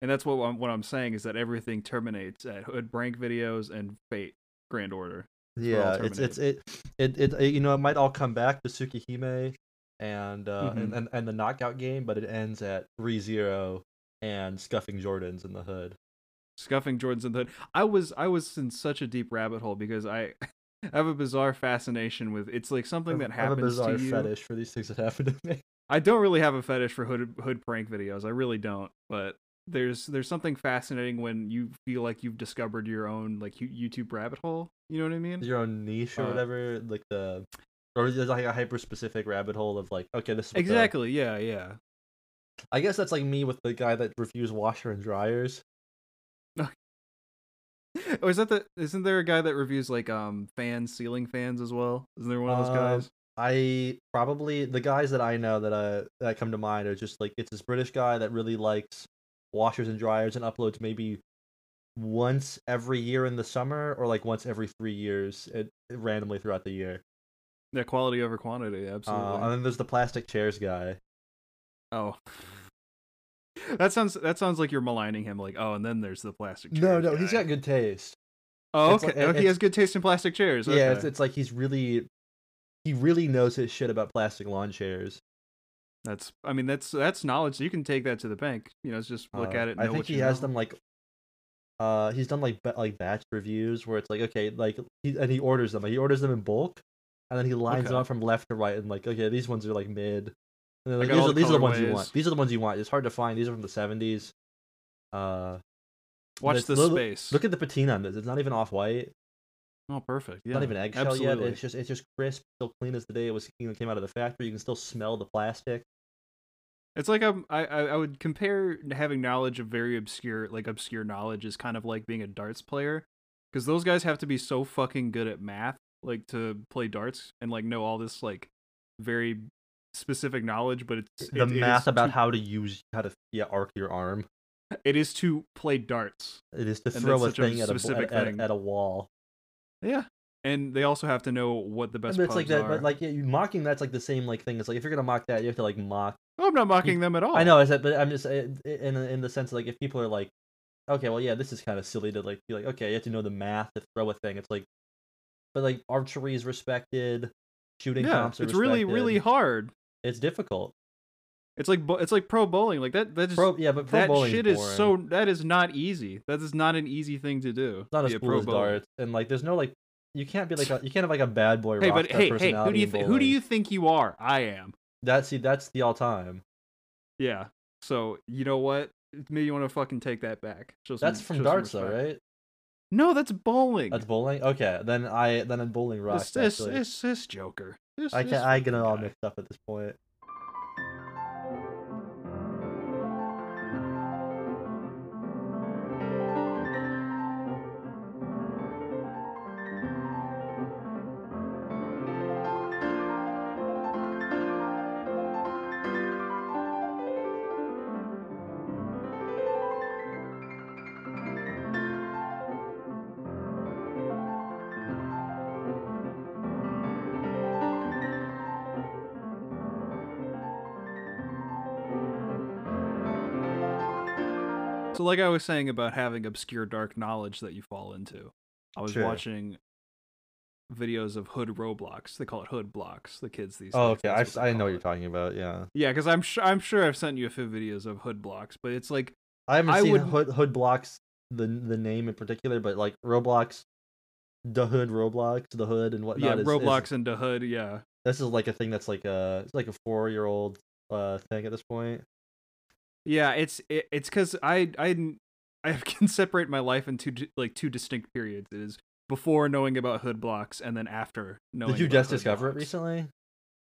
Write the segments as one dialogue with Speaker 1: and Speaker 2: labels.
Speaker 1: And that's what I'm, what I'm saying is that everything terminates at Hood Brank videos and Fate Grand Order. We're all
Speaker 2: Yeah, it's it's it, it it it- you know it might all come back to Tsukihime and uh and,
Speaker 1: Mhm.
Speaker 2: and and the knockout game, but it ends at 3-0 and scuffing Jordans in the hood.
Speaker 1: Scuffing Jordans in the Hood. I was I was in such a deep rabbit hole because I I have a bizarre fascination with it's like something that
Speaker 2: I have a
Speaker 1: happens
Speaker 2: bizarre
Speaker 1: to you.
Speaker 2: fetish for these things that happen to me.
Speaker 1: I don't really have a fetish for hood hood prank videos. I really don't, but there's there's something fascinating when you feel like you've discovered your own like you- YouTube rabbit hole. You know what I mean?
Speaker 2: Your own niche or
Speaker 1: Uh,
Speaker 2: whatever, like the or there's like a hyper specific rabbit hole of like, okay, this is what the-
Speaker 1: Exactly. Yeah. Yeah.
Speaker 2: I guess that's like me with the guy that reviews washer and dryers.
Speaker 1: Oh, is that the? Isn't there a guy that reviews like um fans, ceiling fans as well? Isn't there one of those
Speaker 2: Um,
Speaker 1: guys?
Speaker 2: I probably the guys that I know that uh that come to mind are just like it's this British guy that really likes washers and dryers and uploads maybe once every year in the summer or like once every three years it, randomly throughout the year.
Speaker 1: Yeah, quality over quantity. Absolutely.
Speaker 2: Uh, and then there's the plastic chairs guy.
Speaker 1: oh. That sounds that sounds like you're maligning him, like oh, and then there's the plastic.
Speaker 2: No,
Speaker 1: chairs
Speaker 2: no, he's
Speaker 1: guy.
Speaker 2: got good taste.
Speaker 1: Oh,
Speaker 2: it's
Speaker 1: okay.
Speaker 2: like-
Speaker 1: oh, he
Speaker 2: it's-
Speaker 1: has good taste in plastic chairs.
Speaker 2: Yeah, it's,
Speaker 1: okay.
Speaker 2: it's like he's really he really knows his shit about plastic lawn chairs.
Speaker 1: That's I mean that's that's knowledge. You can take that to the bank. You know, it's just look
Speaker 2: Uh,
Speaker 1: at it. And
Speaker 2: I
Speaker 1: know
Speaker 2: think
Speaker 1: what
Speaker 2: he
Speaker 1: you
Speaker 2: has
Speaker 1: know.
Speaker 2: them like, uh, he's done like ba- like batch reviews where it's like okay, like he and he orders them. Like, he orders them in bulk, and then he lines them
Speaker 1: Okay.
Speaker 2: up from left to right and like okay, these ones are like mid. And then, like,
Speaker 1: got
Speaker 2: these
Speaker 1: all
Speaker 2: are,
Speaker 1: the
Speaker 2: these are the ones you
Speaker 1: colorways.
Speaker 2: want. These are the ones you want. It's hard to find. These are from the seventies. Uh,
Speaker 1: Watch
Speaker 2: this
Speaker 1: this
Speaker 2: little-
Speaker 1: space.
Speaker 2: look at the patina on this. It's not even off white.
Speaker 1: oh, perfect. Yeah,
Speaker 2: It's Not even eggshell
Speaker 1: absolutely.
Speaker 2: yet. It's just it's just crisp, still clean as the day it was you know, came out of the factory. You can still smell the plastic.
Speaker 1: It's like I'm, I I I would compare having knowledge of very obscure like obscure knowledge is kind of like being a darts player because those guys have to be so fucking good at math like to play darts and like know all this like very specific knowledge, but it's
Speaker 2: The
Speaker 1: it- it is
Speaker 2: math about
Speaker 1: to-
Speaker 2: how to use how to yeah arc your arm.
Speaker 1: it is to play darts.
Speaker 2: It is to
Speaker 1: And
Speaker 2: throw
Speaker 1: that's
Speaker 2: a
Speaker 1: such a
Speaker 2: thing, at a, bl-
Speaker 1: specific
Speaker 2: at, at-
Speaker 1: thing.
Speaker 2: at a wall.
Speaker 1: Yeah, and they also have to know what the best.
Speaker 2: but it's like
Speaker 1: pubs
Speaker 2: that,
Speaker 1: are.
Speaker 2: but like yeah, you mocking that's like the same like thing. It's like if you're gonna mock that, you have to like mock.
Speaker 1: oh, I'm not mocking them at all.
Speaker 2: I know, I said, but I'm just uh, in in the sense of, like if people are like, okay, well yeah, this is kind of silly to like be like, okay, you have to know the math to throw a thing. It's like, but like archery is respected, shooting
Speaker 1: Yeah,
Speaker 2: comps
Speaker 1: it's
Speaker 2: are
Speaker 1: really
Speaker 2: respected.
Speaker 1: really hard.
Speaker 2: it's difficult.
Speaker 1: It's like bo- it's like pro bowling. Like that that just
Speaker 2: Pro, yeah, but pro
Speaker 1: that
Speaker 2: bowling's
Speaker 1: shit is
Speaker 2: boring.
Speaker 1: so that is not easy. That is not an easy thing to do.
Speaker 2: It's not as
Speaker 1: be a
Speaker 2: cool
Speaker 1: pro
Speaker 2: as
Speaker 1: bowler.
Speaker 2: darts, and like there's no like you can't be like a, you can't have like a bad boy.
Speaker 1: Hey,
Speaker 2: rock
Speaker 1: but
Speaker 2: star
Speaker 1: hey, hey, who
Speaker 2: personality
Speaker 1: do you
Speaker 2: in
Speaker 1: th- who do
Speaker 2: bowling.
Speaker 1: you think you are? I am.
Speaker 2: That see, that's the all time.
Speaker 1: Yeah. So you know what? Maybe you want to fucking take that back. Show some-
Speaker 2: That's from
Speaker 1: show some
Speaker 2: darts though,
Speaker 1: respect.
Speaker 2: right?
Speaker 1: No, that's bowling.
Speaker 2: That's bowling. Okay, then I then I'm bowling
Speaker 1: It's
Speaker 2: rocks.
Speaker 1: this
Speaker 2: actually.
Speaker 1: this this Joker. This,
Speaker 2: I can
Speaker 1: this
Speaker 2: I get it
Speaker 1: fucking
Speaker 2: all
Speaker 1: guy.
Speaker 2: mixed up at this point.
Speaker 1: So, like I was saying about having obscure dark knowledge that you fall into, I was
Speaker 2: Sure.
Speaker 1: watching videos of hood Roblox. They call it hood blocks. The kids these.
Speaker 2: Oh,
Speaker 1: days,
Speaker 2: okay.
Speaker 1: that's
Speaker 2: I,
Speaker 1: what they
Speaker 2: I know
Speaker 1: call
Speaker 2: what you're
Speaker 1: it.
Speaker 2: talking about. Yeah,
Speaker 1: Yeah, because I'm sure I'm sure I've sent you a few videos of hood blocks, but it's like
Speaker 2: I haven't
Speaker 1: I
Speaker 2: seen
Speaker 1: would-
Speaker 2: Hood Hood Blocks the the name in particular, but like Roblox, the Hood Roblox, the Hood and whatnot.
Speaker 1: yeah,
Speaker 2: is- is-
Speaker 1: Roblox and the hood. Yeah,
Speaker 2: this is like a thing that's like a it's like a four year old uh thing at this point.
Speaker 1: yeah. It's it, it's because I I didn't- I can separate my life into di- like two distinct periods. It is before knowing about hood blocks and then after knowing.
Speaker 2: Did you
Speaker 1: about
Speaker 2: just
Speaker 1: hood
Speaker 2: discover it
Speaker 1: blocks.
Speaker 2: recently?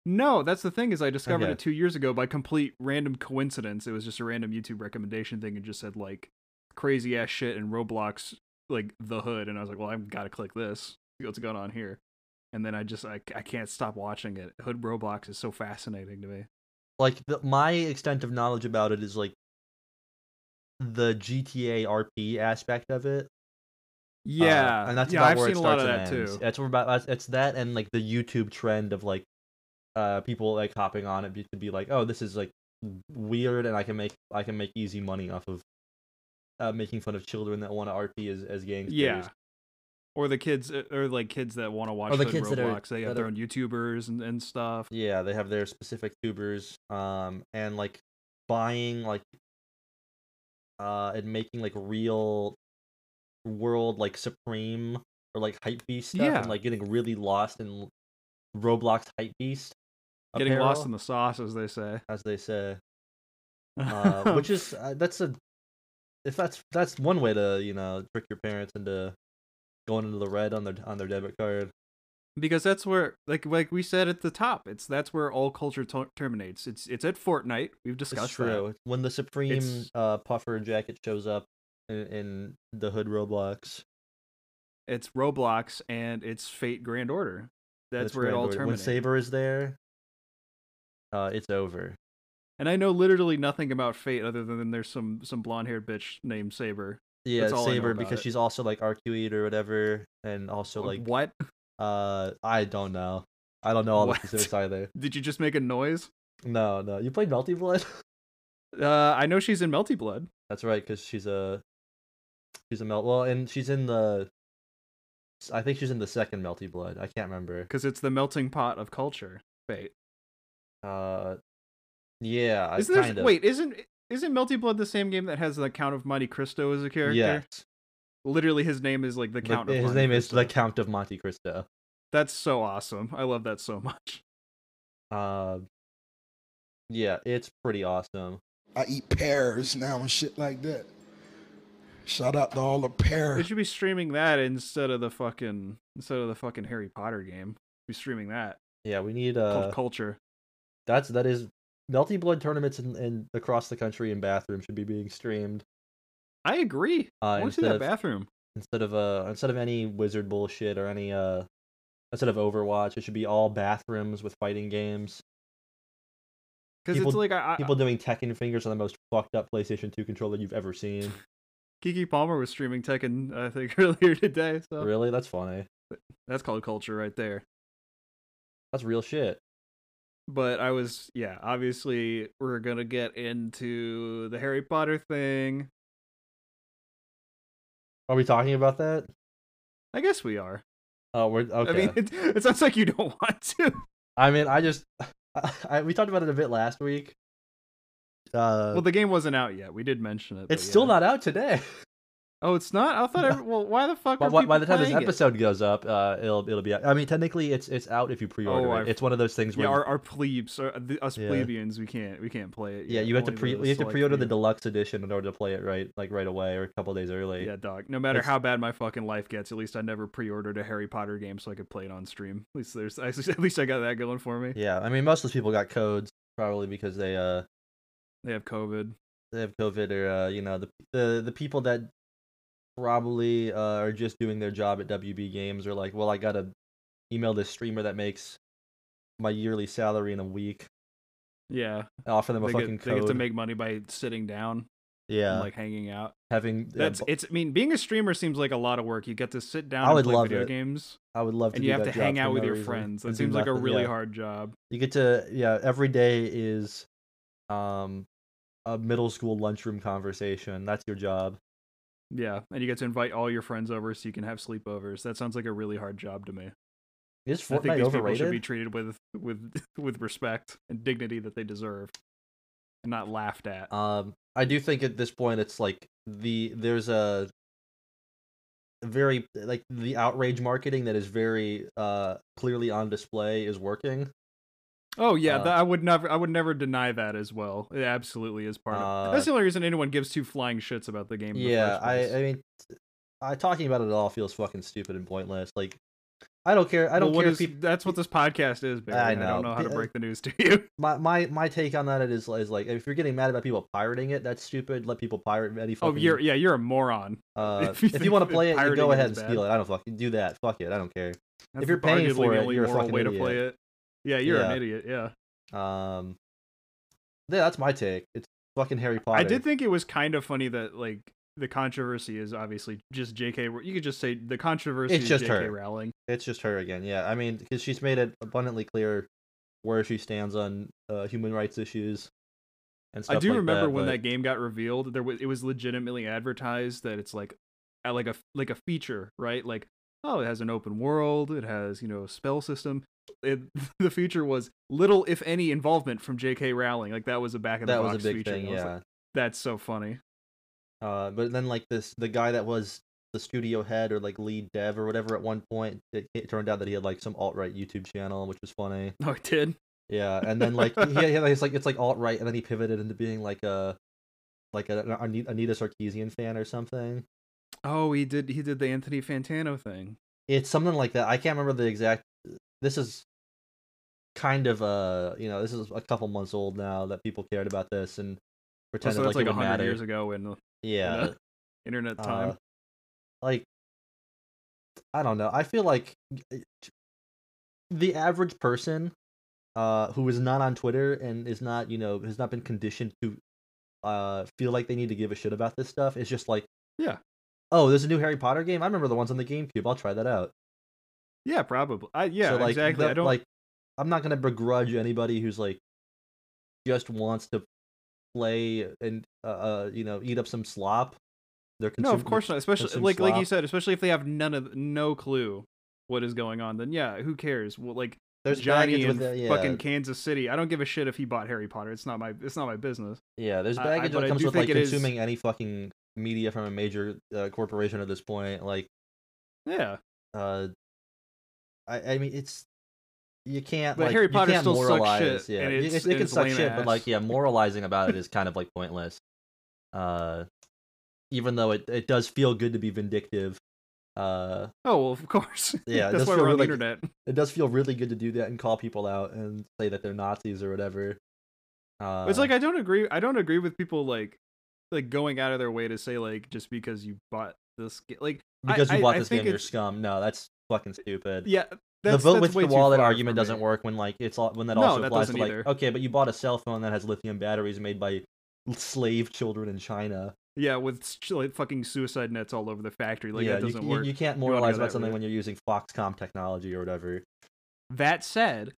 Speaker 1: No, that's the thing is I discovered
Speaker 2: Okay.
Speaker 1: it two years ago by complete random coincidence. It was just a random YouTube recommendation thing and just said like crazy ass shit and Roblox like the hood and I was like, well, I've got to click this. See what's going on here? And then I just I, I can't stop watching it. Hood Roblox is so fascinating to
Speaker 2: Uh,
Speaker 1: me.
Speaker 2: Like the, my extent of knowledge about it is like the GTA RP aspect of it. Uh,
Speaker 1: Yeah,
Speaker 2: and that's
Speaker 1: yeah.
Speaker 2: about
Speaker 1: I've
Speaker 2: where
Speaker 1: seen
Speaker 2: it
Speaker 1: a lot
Speaker 2: starts
Speaker 1: of
Speaker 2: and
Speaker 1: that
Speaker 2: ends.
Speaker 1: too.
Speaker 2: That's where about that's- it's that and like the YouTube trend of like uh people like hopping on it be- to be like, oh, this is like weird, and I can make I can make easy money off of uh, making fun of children that want to RP as as gangsters.
Speaker 1: Yeah. Or the kids, uh, or like kids that want to watch
Speaker 2: Or the
Speaker 1: hood
Speaker 2: kids
Speaker 1: Roblox.
Speaker 2: that are-
Speaker 1: they have
Speaker 2: that
Speaker 1: their
Speaker 2: are-
Speaker 1: own YouTubers and, and stuff.
Speaker 2: Yeah, they have their specific tubers, um, and like buying like uh and making like real world like supreme or like hype beast stuff
Speaker 1: Yeah.
Speaker 2: and like getting really lost in l- Roblox hype beast.
Speaker 1: Getting lost
Speaker 2: apparel,
Speaker 1: in the sauce, as they say.
Speaker 2: as they say. Uh, which is uh, that's a if that's that's one way to, you know, trick your parents into going into the red on their on their debit card.
Speaker 1: because that's where like like we said at the top it's that's where all culture to- terminates it's it's at fortnite we've
Speaker 2: It's
Speaker 1: discussed
Speaker 2: true. When the Supreme
Speaker 1: It's-
Speaker 2: uh, puffer jacket shows up in, in the hood Roblox,
Speaker 1: that it's roblox and it's fate grand order that's, where it
Speaker 2: Grand
Speaker 1: all
Speaker 2: Order-
Speaker 1: terminates
Speaker 2: When Saber is there, uh, it's over.
Speaker 1: and i know literally nothing about fate other than there's some some blonde haired bitch named saber
Speaker 2: Yeah,
Speaker 1: That's
Speaker 2: it's
Speaker 1: all I know
Speaker 2: Saber
Speaker 1: about
Speaker 2: because
Speaker 1: it.
Speaker 2: she's also like RQ8 or whatever, and also like
Speaker 1: what
Speaker 2: uh, I don't know. I don't know all
Speaker 1: What?
Speaker 2: the specifics either.
Speaker 1: did you just make a noise
Speaker 2: No, no. You played Melty Blood?
Speaker 1: uh i know she's in melty blood
Speaker 2: That's right, because she's a she's a melt. Well, and she's in the. I think she's in the second Melty Blood. I can't remember.
Speaker 1: because it's the melting pot of culture fate
Speaker 2: Uh, yeah, I
Speaker 1: isn't there
Speaker 2: kind of.
Speaker 1: wait isn't isn't melty blood the same game that has the count of monte cristo as a character
Speaker 2: Yes.
Speaker 1: literally his name is like the
Speaker 2: The-
Speaker 1: count of
Speaker 2: his
Speaker 1: monte
Speaker 2: name is
Speaker 1: cristo.
Speaker 2: the Count of Monte Cristo.
Speaker 1: That's so awesome. I love that so much.
Speaker 2: Uh, yeah, it's pretty awesome.
Speaker 3: I eat pears now and shit like that. Shout out to all the
Speaker 1: They
Speaker 3: pears.
Speaker 1: should be streaming that instead of the fucking instead of the fucking Harry Potter game. Be streaming that
Speaker 2: Yeah, we need
Speaker 1: called
Speaker 2: uh,
Speaker 1: Culture.
Speaker 2: that's that is Melty Blood tournaments in, in across the country in bathrooms should be being streamed
Speaker 1: I agree.
Speaker 2: uh,
Speaker 1: I want to see
Speaker 2: instead
Speaker 1: that
Speaker 2: of
Speaker 1: bathroom.
Speaker 2: instead of uh instead of any wizard bullshit or any uh instead of Overwatch. It should be all bathrooms with fighting games.
Speaker 1: Because it's
Speaker 2: people-
Speaker 1: like I, I,
Speaker 2: People doing Tekken fingers on the most fucked up PlayStation 2 controller you've ever seen.
Speaker 1: Kiki Palmer was streaming Tekken I think earlier today. So
Speaker 2: Really, that's funny.
Speaker 1: that's called Culture right there.
Speaker 2: That's real shit.
Speaker 1: But I was yeah. Obviously, we're gonna get into the Harry Potter thing.
Speaker 2: Are we talking about that?
Speaker 1: I guess we are.
Speaker 2: Oh, we're okay. Uh,
Speaker 1: I mean, it, it sounds like you don't want to.
Speaker 2: I mean, I just I, I, we talked about it a bit last week. Uh,
Speaker 1: well, the game wasn't out yet. We did mention it. but
Speaker 2: it's still
Speaker 1: yeah.
Speaker 2: not out today.
Speaker 1: Oh, it's not. I thought.
Speaker 2: No.
Speaker 1: every- well, why the fuck?
Speaker 2: by,
Speaker 1: Are
Speaker 2: by-
Speaker 1: people
Speaker 2: by the time this
Speaker 1: playing it?
Speaker 2: episode goes up, uh, it'll it'll be. Out. I mean, technically, it's it's out if you pre-order
Speaker 1: Oh,
Speaker 2: it.
Speaker 1: I've-
Speaker 2: It's one of those things where
Speaker 1: Yeah,
Speaker 2: you-
Speaker 1: our, our plebes, our, the, us
Speaker 2: Yeah.
Speaker 1: plebeians, we can't we can't play it.
Speaker 2: yeah,
Speaker 1: yet.
Speaker 2: you have to
Speaker 1: Only
Speaker 2: pre
Speaker 1: the
Speaker 2: you have to
Speaker 1: select
Speaker 2: pre-order the
Speaker 1: few.
Speaker 2: deluxe edition in order to play it right like right away or a couple days early.
Speaker 1: Yeah, dog. No matter
Speaker 2: It's-
Speaker 1: how bad my fucking life gets, at least I never pre-ordered a Harry Potter game so I could play it on stream. At least there's at least, at least I got that going for me.
Speaker 2: Yeah, I mean, most of those people got codes probably because they uh
Speaker 1: They have COVID.
Speaker 2: they have COVID or uh you know the the the people that probably uh, are just doing their job at WB Games are like, well, I gotta email this streamer that makes my yearly salary in a week,
Speaker 1: Yeah,
Speaker 2: and offer them a
Speaker 1: they
Speaker 2: fucking
Speaker 1: get, they
Speaker 2: code.
Speaker 1: get to make money by sitting down
Speaker 2: yeah,
Speaker 1: and like hanging out.
Speaker 2: having uh, yeah,
Speaker 1: That's
Speaker 2: bu-
Speaker 1: it's. I mean, being a streamer seems like a lot of work. You get to sit down
Speaker 2: I
Speaker 1: and
Speaker 2: would
Speaker 1: play
Speaker 2: love
Speaker 1: video
Speaker 2: it.
Speaker 1: games,
Speaker 2: I would love to.
Speaker 1: and
Speaker 2: do
Speaker 1: you have
Speaker 2: that
Speaker 1: to
Speaker 2: job
Speaker 1: hang
Speaker 2: for
Speaker 1: out with
Speaker 2: no
Speaker 1: your
Speaker 2: reason
Speaker 1: friends. That
Speaker 2: and do
Speaker 1: seems like a
Speaker 2: nothing,
Speaker 1: really
Speaker 2: yeah.
Speaker 1: hard job.
Speaker 2: You get to yeah. Every day is, um, a middle school lunchroom conversation. That's your job.
Speaker 1: Yeah, and you get to invite all your friends over so you can have sleepovers. That sounds like a really hard job to me.
Speaker 2: Is
Speaker 1: I think
Speaker 2: Fortnite
Speaker 1: these people should be
Speaker 2: overrated?
Speaker 1: treated with with with respect and dignity that they deserve, and not laughed at.
Speaker 2: um, I do think at this point it's like the there's a very like the outrage marketing that is very uh clearly on display is working.
Speaker 1: oh yeah,
Speaker 2: uh,
Speaker 1: that, I would never I would never deny that as well. It absolutely is part of.
Speaker 2: Uh,
Speaker 1: That's the only reason anyone gives two flying shits about the game. in the
Speaker 2: yeah,
Speaker 1: first
Speaker 2: I
Speaker 1: place.
Speaker 2: I mean, I talking about it all feels fucking stupid and pointless. Like, I don't care. I
Speaker 1: Well,
Speaker 2: don't
Speaker 1: what
Speaker 2: care
Speaker 1: is-
Speaker 2: if people.
Speaker 1: that's what this podcast is, Barry.
Speaker 2: I
Speaker 1: and I don't
Speaker 2: know.
Speaker 1: know how to
Speaker 2: Pe- uh,
Speaker 1: break the news to you.
Speaker 2: my my my take on that is is like if you're getting mad about people pirating it, that's stupid. Let people pirate any
Speaker 1: Oh,
Speaker 2: fucking.
Speaker 1: you're yeah, you're a moron.
Speaker 2: uh,
Speaker 1: if
Speaker 2: if
Speaker 1: you
Speaker 2: you,
Speaker 1: think
Speaker 2: want
Speaker 1: that
Speaker 2: to play it, you
Speaker 1: pirating
Speaker 2: go
Speaker 1: it
Speaker 2: ahead and
Speaker 1: is
Speaker 2: steal it. I don't fucking do that. Fuck it. I don't care.
Speaker 1: That's
Speaker 2: you're paying
Speaker 1: arguably
Speaker 2: for
Speaker 1: the
Speaker 2: it,
Speaker 1: only
Speaker 2: you're a
Speaker 1: moral
Speaker 2: fucking
Speaker 1: way to play it. Yeah, you're an
Speaker 2: Yeah.
Speaker 1: idiot. Yeah.
Speaker 2: Um, yeah, that's my take. It's fucking Harry Potter.
Speaker 1: I did think it was kind of funny that like the controversy is obviously just J.K. Row- You could just say the controversy
Speaker 2: It's
Speaker 1: is
Speaker 2: just
Speaker 1: J.K.
Speaker 2: her.
Speaker 1: Rowling.
Speaker 2: it's just her again. Yeah, I mean, because she's made it abundantly clear where she stands on uh, human rights issues. and
Speaker 1: I
Speaker 2: stuff
Speaker 1: do
Speaker 2: like
Speaker 1: remember when
Speaker 2: but-
Speaker 1: that game got revealed. There was it was legitimately advertised that it's like, uh, like a like a feature, right? Like, oh, it has an open world. It has you know a spell system. It, the feature was little, if any, involvement from J.K. Rowling. Like that was a back in the
Speaker 2: that was
Speaker 1: box
Speaker 2: a big
Speaker 1: feature.
Speaker 2: thing,
Speaker 1: and I was
Speaker 2: yeah.
Speaker 1: like, That's so funny.
Speaker 2: Uh, but then like this, the guy that was the studio head or like lead dev or whatever at one point, it, it turned out that he had like some alt right YouTube channel, which was funny.
Speaker 1: Oh, it did.
Speaker 2: Yeah, and then like he, he it's like it's like alt right, and then he pivoted into being like a like a, an Ani- Anita Sarkeesian fan or something.
Speaker 1: Oh, he did. He did the Anthony Fantano thing.
Speaker 2: It's something like that. I can't remember the exact. This is kind of uh you know this is a couple months old now that people cared about this and
Speaker 1: Oh,
Speaker 2: pretended
Speaker 1: so that's
Speaker 2: like
Speaker 1: like a
Speaker 2: it would
Speaker 1: hundred
Speaker 2: matter.
Speaker 1: years ago in the
Speaker 2: yeah,
Speaker 1: know? internet time.
Speaker 2: Uh, like, I don't know. I feel like it- the average person uh, who is not on Twitter and is not, you know, has not been conditioned to uh, feel like they need to give a shit about this stuff is just like,
Speaker 1: Yeah.
Speaker 2: Oh, there's a new Harry Potter game. I remember the ones on the GameCube. I'll try that out.
Speaker 1: yeah, probably. I, yeah,
Speaker 2: So, like,
Speaker 1: exactly.
Speaker 2: that-
Speaker 1: I don't.
Speaker 2: like. I'm not gonna begrudge anybody who's like just wants to play and uh, uh you know eat up some slop. They're
Speaker 1: no, of
Speaker 2: consuming-
Speaker 1: course not. Especially
Speaker 2: consume
Speaker 1: like like you
Speaker 2: slop.
Speaker 1: said, especially if they have none of no clue what is going on, then yeah, who cares? Well, like
Speaker 2: There's
Speaker 1: Johnny
Speaker 2: baggage
Speaker 1: in
Speaker 2: with that, yeah.
Speaker 1: fucking Kansas City. I don't give a shit if he bought Harry Potter. It's not my it's not my business.
Speaker 2: Yeah, there's
Speaker 1: I- I-
Speaker 2: baggage
Speaker 1: but I
Speaker 2: that comes
Speaker 1: do
Speaker 2: with like
Speaker 1: think it is-
Speaker 2: consuming any fucking media from a major uh, corporation at this point. Like,
Speaker 1: Yeah,
Speaker 2: uh, I, I mean, it's you can't.
Speaker 1: But
Speaker 2: like,
Speaker 1: Harry
Speaker 2: you
Speaker 1: Potter
Speaker 2: can't
Speaker 1: still sucks
Speaker 2: moralize.
Speaker 1: shit,
Speaker 2: Yeah,
Speaker 1: and
Speaker 2: it-
Speaker 1: it's-
Speaker 2: it, it can
Speaker 1: it's
Speaker 2: suck
Speaker 1: lame
Speaker 2: shit, but like,
Speaker 1: ass.
Speaker 2: yeah, moralizing about it is kind of like pointless. Uh, even though it, it does feel good to be vindictive. Uh,
Speaker 1: Oh well, of course.
Speaker 2: Yeah, it
Speaker 1: that's
Speaker 2: does
Speaker 1: why
Speaker 2: feel
Speaker 1: we're on the
Speaker 2: really-
Speaker 1: internet.
Speaker 2: it does feel really good to do that and call people out and say that they're Nazis or whatever. Uh,
Speaker 1: it's like I don't agree. I don't agree with people like like going out of their way to say like just because you bought this ga- like I-
Speaker 2: because
Speaker 1: I-
Speaker 2: you bought
Speaker 1: I
Speaker 2: this
Speaker 1: think
Speaker 2: game, you're
Speaker 1: it's-
Speaker 2: scum. No, that's fucking stupid.
Speaker 1: yeah. That's,
Speaker 2: the vote
Speaker 1: that's
Speaker 2: with
Speaker 1: way
Speaker 2: the
Speaker 1: too
Speaker 2: wallet
Speaker 1: far
Speaker 2: argument
Speaker 1: for me.
Speaker 2: doesn't work when like it's all when that
Speaker 1: No,
Speaker 2: also
Speaker 1: that
Speaker 2: applies to
Speaker 1: doesn't
Speaker 2: like
Speaker 1: either.
Speaker 2: okay, but you bought a cell phone that has lithium batteries made by slave children in China.
Speaker 1: Yeah, with s- like fucking suicide nets all over the factory, like
Speaker 2: yeah,
Speaker 1: that
Speaker 2: you-
Speaker 1: doesn't
Speaker 2: you,
Speaker 1: work.
Speaker 2: You can't
Speaker 1: wanna go
Speaker 2: moralize about
Speaker 1: that
Speaker 2: something
Speaker 1: route.
Speaker 2: when you're using Foxcom technology or whatever.
Speaker 1: That said,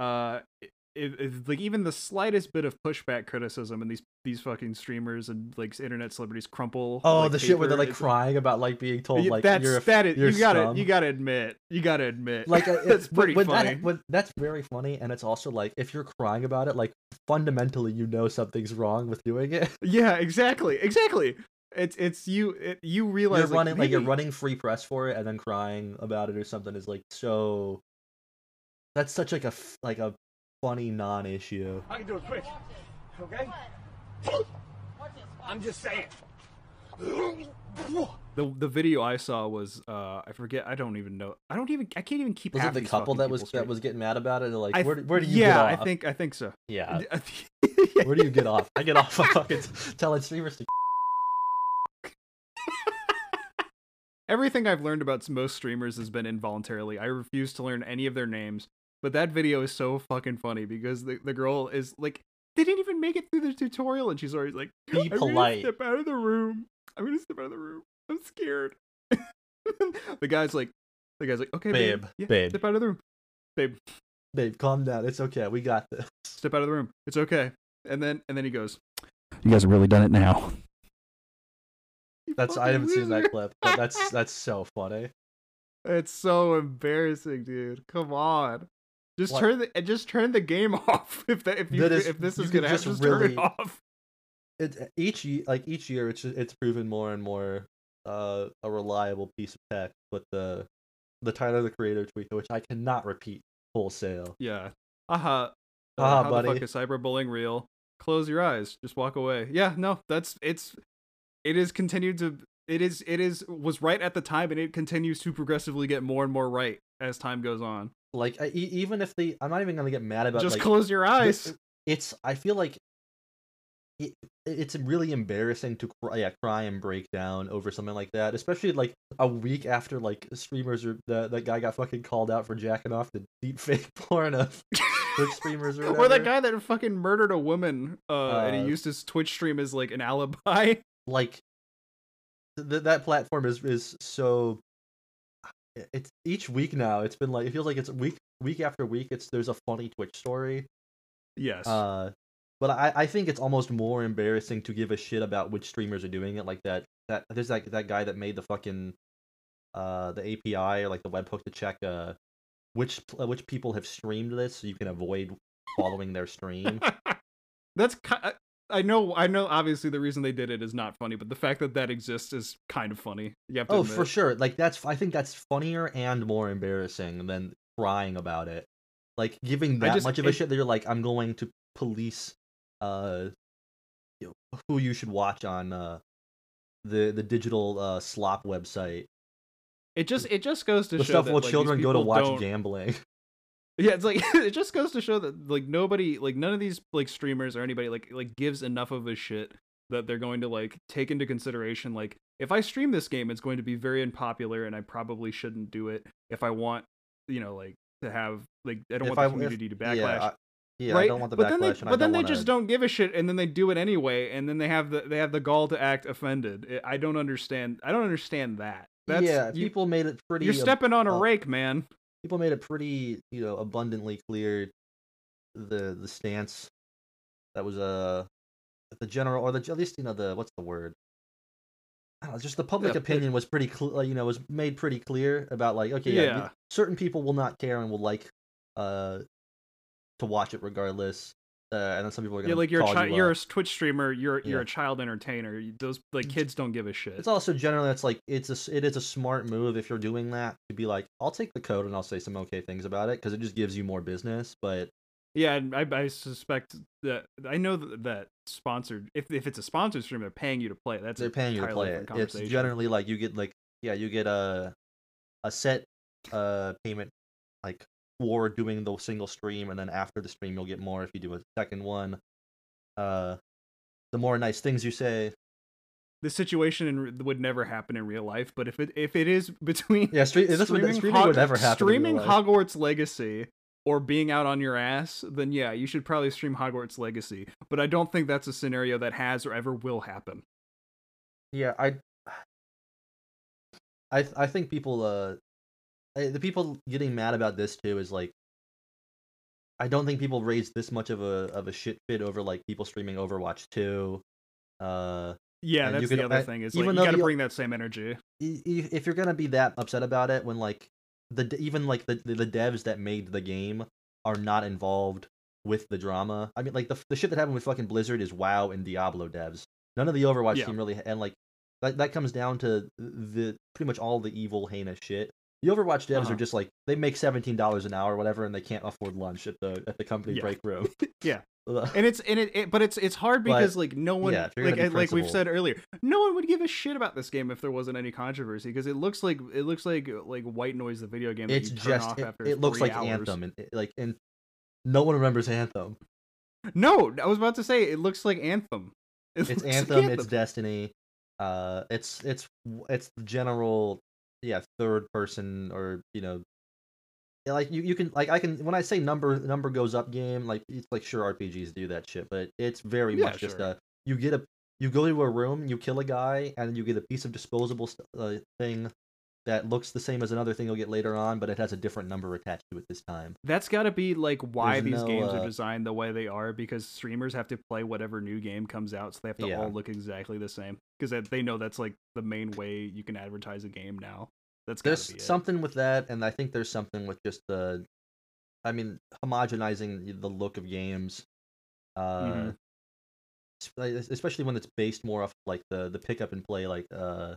Speaker 1: uh, i if, like even the slightest bit of pushback criticism and these these fucking streamers and like internet celebrities crumple.
Speaker 2: Oh,
Speaker 1: like,
Speaker 2: the shit where they're
Speaker 1: paper,
Speaker 2: like
Speaker 1: it's-
Speaker 2: crying about like being told
Speaker 1: Yeah,
Speaker 2: like
Speaker 1: that's
Speaker 2: you're a
Speaker 1: that is,
Speaker 2: you're
Speaker 1: you gotta
Speaker 2: scum.
Speaker 1: you gotta admit you gotta admit
Speaker 2: like uh,
Speaker 1: that's
Speaker 2: when-
Speaker 1: pretty
Speaker 2: when that-
Speaker 1: funny.
Speaker 2: when- that's very funny, and it's also like if you're crying about it, like fundamentally you know something's wrong with doing it.
Speaker 1: yeah, exactly, exactly. It's it's you it, you realize
Speaker 2: you're running like you're
Speaker 1: maybe-
Speaker 2: running free press for it and then crying about it or something is like so that's such like a f- like a funny non-issue
Speaker 4: I can do it quick. Okay? I'm just saying.
Speaker 1: The the video I saw was uh I forget I don't even know I don't even I can't even keep
Speaker 2: was
Speaker 1: half
Speaker 2: it the
Speaker 1: these
Speaker 2: couple
Speaker 1: fucking
Speaker 2: that was
Speaker 1: people
Speaker 2: that
Speaker 1: straight.
Speaker 2: was getting mad about it They're like
Speaker 1: I
Speaker 2: where,
Speaker 1: th-
Speaker 2: where do you
Speaker 1: yeah
Speaker 2: get off
Speaker 1: I think I think so
Speaker 2: yeah
Speaker 1: yeah
Speaker 2: where do you get off i get off of fucking telling streamers to
Speaker 1: Everything I've learned about most streamers has been involuntarily. I refuse to learn any of their names, but that video is so fucking funny because the, the girl is like, they didn't even make it through the tutorial, and she's already like,
Speaker 2: Be
Speaker 1: I'm
Speaker 2: polite."
Speaker 1: Gonna step out of the room. I'm gonna step out of the room. I'm scared. the guy's like, the guy's like, okay, babe,
Speaker 2: Babe,
Speaker 1: yeah,
Speaker 2: babe.
Speaker 1: step out of the room, babe,
Speaker 2: babe calm down it's okay we got this
Speaker 1: step out of the room. It's okay. And then and then he goes,
Speaker 5: You guys have really done it now.
Speaker 1: "You
Speaker 2: that's i
Speaker 1: fucking
Speaker 2: haven't seen
Speaker 1: loser."
Speaker 2: that clip but that's that's so funny
Speaker 1: It's so embarrassing, dude. Come on. Just
Speaker 2: What?
Speaker 1: turn the and just turn the game off if that if you
Speaker 2: That is-
Speaker 1: if this
Speaker 2: you
Speaker 1: is
Speaker 2: can
Speaker 1: gonna happen,
Speaker 2: just
Speaker 1: just turn
Speaker 2: really-
Speaker 1: it off.
Speaker 2: it eh, each ye- like each year it's ju- it's proven more and more uh a reliable piece of tech but the the Tyler the Creator tweet which I cannot repeat wholesale
Speaker 1: Yeah. Uh-huh. Uh,
Speaker 2: Ah,
Speaker 1: how the
Speaker 2: buddy.
Speaker 1: fuck is cyberbullying real? Close your eyes. Just walk away. Yeah, no, that's it's it is continued to it is it is was right at the time and it continues to progressively get more and more right as time goes on.
Speaker 2: like I, e- even if the I'm not even gonna get mad about
Speaker 1: just
Speaker 2: like,
Speaker 1: close your
Speaker 2: the- eh,
Speaker 1: eyes.
Speaker 2: it's I feel like it, it's really embarrassing to cry, yeah cry and break down over something like that especially like a week after like streamers or the that guy got fucking called out for jacking off the deep fake porn of Twitch streamers or
Speaker 1: or that
Speaker 2: whatever.
Speaker 1: guy that fucking murdered a woman uh, and
Speaker 2: Uh,
Speaker 1: he used his Twitch stream as like an alibi.
Speaker 2: like th- that platform is is so it- it's each week now it's been
Speaker 1: Um,
Speaker 2: like it feels like it's week week after week it's there's a funny twitch story
Speaker 1: yes.
Speaker 2: uh But I, I think it's almost more embarrassing to give a shit about which streamers are doing it. Like that that there's like that guy that made the fucking uh the API or like the webhook to check uh which pl- uh, which people have streamed this so you can avoid following their stream.
Speaker 1: That's ki- I- I know I know obviously the reason they did it is not funny, but the fact that that exists is kind of funny. You have to
Speaker 2: oh,
Speaker 1: admit.
Speaker 2: for sure. Like that's I think that's funnier and more embarrassing than crying about it. Like giving
Speaker 1: I
Speaker 2: that
Speaker 1: just-
Speaker 2: much of a
Speaker 1: it-
Speaker 2: shit that you're like I'm going to police uh you know, who you should watch on uh the the digital uh slop website.
Speaker 1: It just it just goes to
Speaker 2: the
Speaker 1: show
Speaker 2: stuff
Speaker 1: that, like,
Speaker 2: where
Speaker 1: these
Speaker 2: children go to
Speaker 1: people
Speaker 2: watch
Speaker 1: don't-
Speaker 2: gambling.
Speaker 1: Yeah, it's like it just goes to show that like nobody like none of these like streamers or anybody like like gives enough of a shit that they're going to like take into consideration like if I stream this game it's going to be very unpopular and I probably shouldn't do it if I want you know like to have like I don't want
Speaker 2: If
Speaker 1: the
Speaker 2: I- if-
Speaker 1: community to backlash.
Speaker 2: Yeah, I, yeah,
Speaker 1: right?
Speaker 2: I don't want the
Speaker 1: but
Speaker 2: backlash.
Speaker 1: then they,
Speaker 2: and I
Speaker 1: but then
Speaker 2: don't
Speaker 1: they just
Speaker 2: wanna-
Speaker 1: don't give a shit, and then they do it anyway, and then they have the they have the gall to act offended. I- I don't understand. I don't understand that. That's,
Speaker 2: yeah,
Speaker 1: you,
Speaker 2: people made it pretty.
Speaker 1: you're
Speaker 2: ab-
Speaker 1: stepping on a
Speaker 2: uh,
Speaker 1: rake, man.
Speaker 2: people made it pretty, you know, abundantly clear the the stance that was uh the general or the at least you know the what's the word. I don't know, just the public
Speaker 1: Yeah, it-
Speaker 2: opinion was pretty, cl- uh, you know, was made pretty clear about like, okay, yeah,
Speaker 1: Yeah.
Speaker 2: certain people will not care and will like uh to watch it regardless, uh, and then some people are gonna
Speaker 1: Yeah, like you're a
Speaker 2: call
Speaker 1: chi-
Speaker 2: you
Speaker 1: you are
Speaker 2: out.
Speaker 1: a Twitch streamer. You're you're
Speaker 2: Yeah.
Speaker 1: a child entertainer. you- Those like kids don't give a shit.
Speaker 2: It's also generally it's like it's a s- it is a smart move if you're doing that to be like I'll take the code and I'll say some okay things about it because it just gives you more business. But
Speaker 1: yeah, and I, I suspect that I know that, that sponsored. If if it's a sponsored stream, they're paying you to play. it. That's
Speaker 2: they're paying you to
Speaker 1: entirely
Speaker 2: play it.
Speaker 1: different
Speaker 2: It's
Speaker 1: conversation.
Speaker 2: generally like you get like yeah you get a a set uh payment like for doing the single stream and then after the stream you'll get more if you do a second one. Uh, the more nice things you say,
Speaker 1: This situation in, re- would never happen in real life, but if it if it is between
Speaker 2: yeah, stream, this would,
Speaker 1: streaming,
Speaker 2: streaming would
Speaker 1: Hog-
Speaker 2: never happen. in real
Speaker 1: streaming
Speaker 2: life.
Speaker 1: Hogwarts Legacy or being out on your ass, then yeah, you should probably stream Hogwarts Legacy. But I don't think that's a scenario that has or ever will happen.
Speaker 2: Yeah, I, I, th- I think people, uh, I- the people getting mad about this too is like, I don't think people raise this much of a of a shit fit over like people streaming Overwatch two. Uh,
Speaker 1: Yeah,
Speaker 2: And you
Speaker 1: that's
Speaker 2: could-
Speaker 1: the other
Speaker 2: I-
Speaker 1: thing is like
Speaker 2: even
Speaker 1: you
Speaker 2: though
Speaker 1: got to
Speaker 2: the-
Speaker 1: bring that same energy.
Speaker 2: i- i- e, if you're gonna be that upset about it, when like the d- even like the the devs that made the game are not involved with the drama. I mean, like the the shit that happened with fucking Blizzard is WoW and Diablo devs. None of the Overwatch
Speaker 1: Yeah.
Speaker 2: team really, and like that that comes down to the pretty much all the evil heinous shit. The Overwatch devs
Speaker 1: Uh-huh.
Speaker 2: are just like they make seventeen dollars an hour, or whatever, and they can't afford lunch at the at the company
Speaker 1: Yeah.
Speaker 2: break room.
Speaker 1: Yeah.
Speaker 2: Uh,
Speaker 1: And it's and it, it but it's it's hard
Speaker 2: But,
Speaker 1: because like no one
Speaker 2: yeah, if you're
Speaker 1: like
Speaker 2: gonna be
Speaker 1: and like we've
Speaker 2: principled-
Speaker 1: said earlier, no one would give a shit about this game if there wasn't any controversy because it looks like it looks like like white noise the video game that
Speaker 2: it's
Speaker 1: you turn
Speaker 2: just
Speaker 1: off
Speaker 2: it,
Speaker 1: after
Speaker 2: it looks
Speaker 1: three
Speaker 2: like
Speaker 1: hours.
Speaker 2: Anthem, and it- like and no one remembers Anthem.
Speaker 1: No, I was about to say it looks like Anthem. It
Speaker 2: it's
Speaker 1: looks like
Speaker 2: anthem, it's destiny uh it's it's w- it's the general yeah third person or you know yeah, like you, you can like i can when i say number number goes up game like it's like sure rpgs do that shit but it's very
Speaker 1: Yeah,
Speaker 2: much just
Speaker 1: sure.
Speaker 2: a you get a you go to a room you kill a guy and you get a piece of disposable st- uh, thing that looks the same as another thing you'll get later on but it has a different number attached to it this time
Speaker 1: That's got to be like why
Speaker 2: There's
Speaker 1: these
Speaker 2: no,
Speaker 1: games
Speaker 2: uh,
Speaker 1: are designed the way they are because streamers have to play whatever new game comes out, so they have to
Speaker 2: Yeah.
Speaker 1: all look exactly the same because they know that's like the main way you can advertise a game now. That's gotta be it.
Speaker 2: there's something with that and i think there's something with just the i mean homogenizing the look of games uh
Speaker 1: Mhm.
Speaker 2: s- like, es- especially when it's based more off like the the pick up and play like uh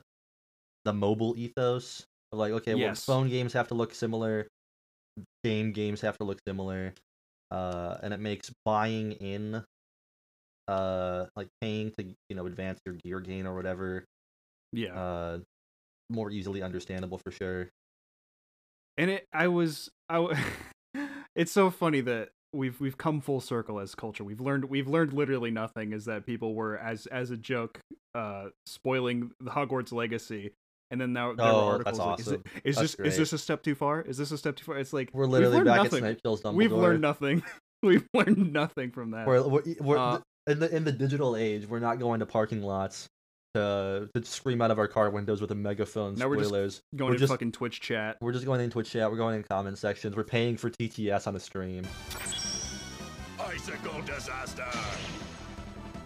Speaker 2: the mobile ethos of like okay well
Speaker 1: Yes.
Speaker 2: phone games have to look similar game games have to look similar uh and it makes buying in uh like paying to you know advance your gear gain or whatever
Speaker 1: yeah.
Speaker 2: uh more easily understandable for sure
Speaker 1: and it i was i w- it's so funny that we've we've come full circle as culture we've learned we've learned literally nothing is that people were as as a joke uh spoiling the hogwarts legacy and then now there
Speaker 2: Oh,
Speaker 1: were
Speaker 2: that's
Speaker 1: articles like is, it- is
Speaker 2: That's
Speaker 1: this is this a step too far is this a step too far it's like
Speaker 2: We're
Speaker 1: we've
Speaker 2: literally
Speaker 1: learned
Speaker 2: back
Speaker 1: nothing.
Speaker 2: at Snape kills Dumbledore.
Speaker 1: we've learned nothing we've learned nothing from that
Speaker 2: We're, we're, we're
Speaker 1: Uh,
Speaker 2: in the in the digital age. We're not going to parking lots to to scream out of our car windows with a megaphone.
Speaker 1: No, we're just-
Speaker 2: spoilers. We're just,
Speaker 1: going to
Speaker 2: just-
Speaker 1: fucking twitch chat
Speaker 2: going into a chat. We're going in comment sections. We're paying for TTS on a stream.
Speaker 6: Icicle disaster!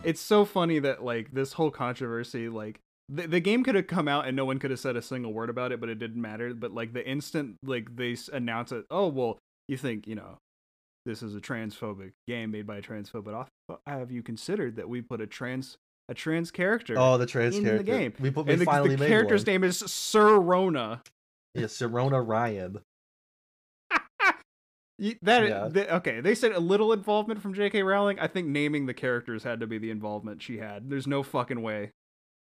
Speaker 1: it's so funny that like this whole controversy like the, the game could have come out and no one could have said a single word about it but it didn't matter but like the instant like they s- announce it oh well you think you know this is a transphobic game made by a transphobe but off- have you considered that we put a trans a trans character
Speaker 2: Oh, the trans
Speaker 1: in
Speaker 2: character.
Speaker 1: the game
Speaker 2: We, put, we
Speaker 1: and the,
Speaker 2: finally
Speaker 1: the
Speaker 2: made
Speaker 1: character's
Speaker 2: one.
Speaker 1: name is sir rona
Speaker 2: Yeah, Serona Ryan.
Speaker 1: You- that
Speaker 2: Yeah.
Speaker 1: th- okay they said a little involvement from jk rowling i think naming the characters had to be the involvement she had there's no fucking way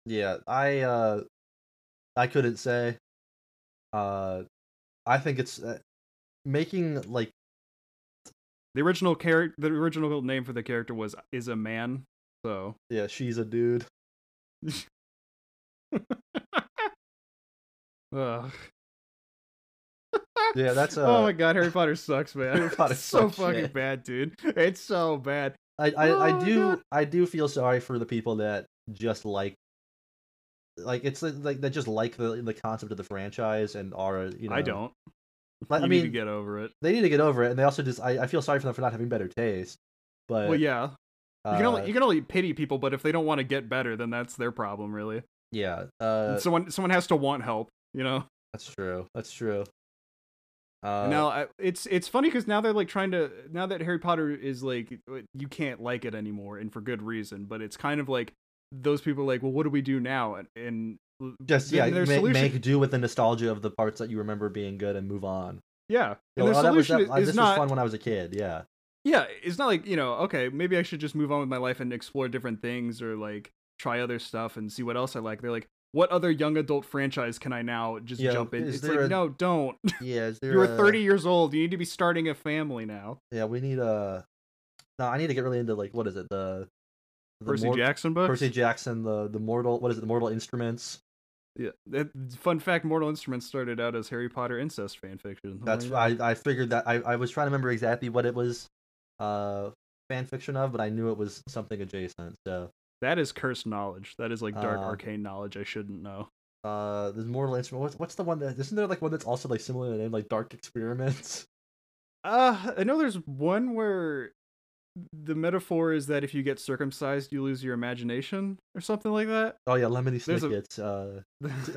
Speaker 2: Yeah, I uh I couldn't say. Uh I think it's uh, making like
Speaker 1: The original character, the original name for the character was is a man. So
Speaker 2: yeah, she's a dude.
Speaker 1: Ugh.
Speaker 2: Yeah, that's uh
Speaker 1: oh my god, Harry Potter sucks, man.
Speaker 2: Harry Potter
Speaker 1: it's so
Speaker 2: sucks
Speaker 1: fucking
Speaker 2: shit.
Speaker 1: bad, dude. It's so bad.
Speaker 2: I, I,
Speaker 1: Oh,
Speaker 2: I do
Speaker 1: God.
Speaker 2: I do feel sorry for the people that just like like it's like like- that just like the the concept of the franchise and are you know
Speaker 1: I don't.
Speaker 2: like, I
Speaker 1: you need to
Speaker 2: mean
Speaker 1: get over it.
Speaker 2: they need to get over it and they also just I, I feel sorry for them for not having better taste but
Speaker 1: well, yeah, you can only
Speaker 2: uh,
Speaker 1: you can only pity people, but if they don't want to get better, then that's their problem, really.
Speaker 2: yeah uh
Speaker 1: someone someone has to want help, you know.
Speaker 2: that's true that's true uh
Speaker 1: now I, it's it's funny because now they're like trying to now that Harry Potter is like you can't like it anymore and for good reason, but it's kind of like those people are like, well, what do we do now? And, and
Speaker 2: just
Speaker 1: then
Speaker 2: yeah
Speaker 1: their
Speaker 2: ma-
Speaker 1: solution,
Speaker 2: make do with the nostalgia of the parts that you remember being good and move on
Speaker 1: yeah,
Speaker 2: You
Speaker 1: and
Speaker 2: know,
Speaker 1: their
Speaker 2: "Oh, that was-
Speaker 1: solution
Speaker 2: that- uh,
Speaker 1: is
Speaker 2: this was
Speaker 1: not
Speaker 2: fun when i was a kid yeah
Speaker 1: yeah, it's not like you know, okay, maybe I should just move on with my life and explore different things or like try other stuff and see what else I like. They're like, what other young adult franchise can I now just
Speaker 2: Yeah,
Speaker 1: jump in?
Speaker 2: is
Speaker 1: It's
Speaker 2: there
Speaker 1: like,
Speaker 2: a-
Speaker 1: no, don't.
Speaker 2: yeah is there uh,
Speaker 1: You're
Speaker 2: a-
Speaker 1: 30 years old. You need to be starting a family now.
Speaker 2: Yeah, we need a. No, I need to get really into like what is it the, the
Speaker 1: Percy
Speaker 2: mor-
Speaker 1: Jackson books.
Speaker 2: Percy Jackson, the the mortal. What is it? The mortal instruments.
Speaker 1: Yeah. That, fun fact: Mortal Instruments started out as Harry Potter incest fan fiction.
Speaker 2: That's I I figured that I I was trying to remember exactly what it was, uh, fan fiction of, but I knew it was something adjacent. So,
Speaker 1: That is cursed knowledge. That is like dark,
Speaker 2: Uh,
Speaker 1: arcane knowledge I shouldn't know.
Speaker 2: uh, the mortal instrument. What's what's the one that isn't there like one that's also like similar to the name like Dark Experiments?
Speaker 1: Uh, I know there's one where the metaphor is that if you get circumcised, you lose your imagination or something like that.
Speaker 2: Oh yeah, Lemony
Speaker 1: There's a-
Speaker 2: Snicket's uh,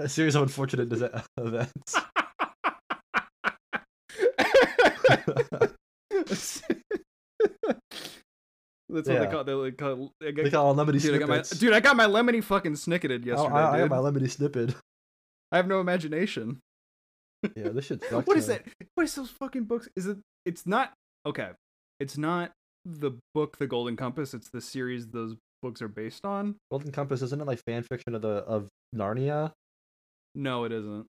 Speaker 2: a series of unfortunate disa- events.
Speaker 1: That's what they
Speaker 2: Yeah.
Speaker 1: call. They like call. I
Speaker 2: they
Speaker 1: got-
Speaker 2: call it Lemony
Speaker 1: dude, I got my
Speaker 2: Snickets.
Speaker 1: dude. I got my lemony fucking snicketed yesterday.
Speaker 2: Oh, I, I
Speaker 1: dude.
Speaker 2: got my Lemony Snippet.
Speaker 1: I have no imagination.
Speaker 2: Yeah, this shit sucks.
Speaker 1: what is
Speaker 2: man.
Speaker 1: that? What is those fucking books? Is it? It's not okay. It's not the book, The Golden Compass. It's the series those books are based on.
Speaker 2: Golden Compass isn't it like fan fiction of the of Narnia?
Speaker 1: No, it isn't.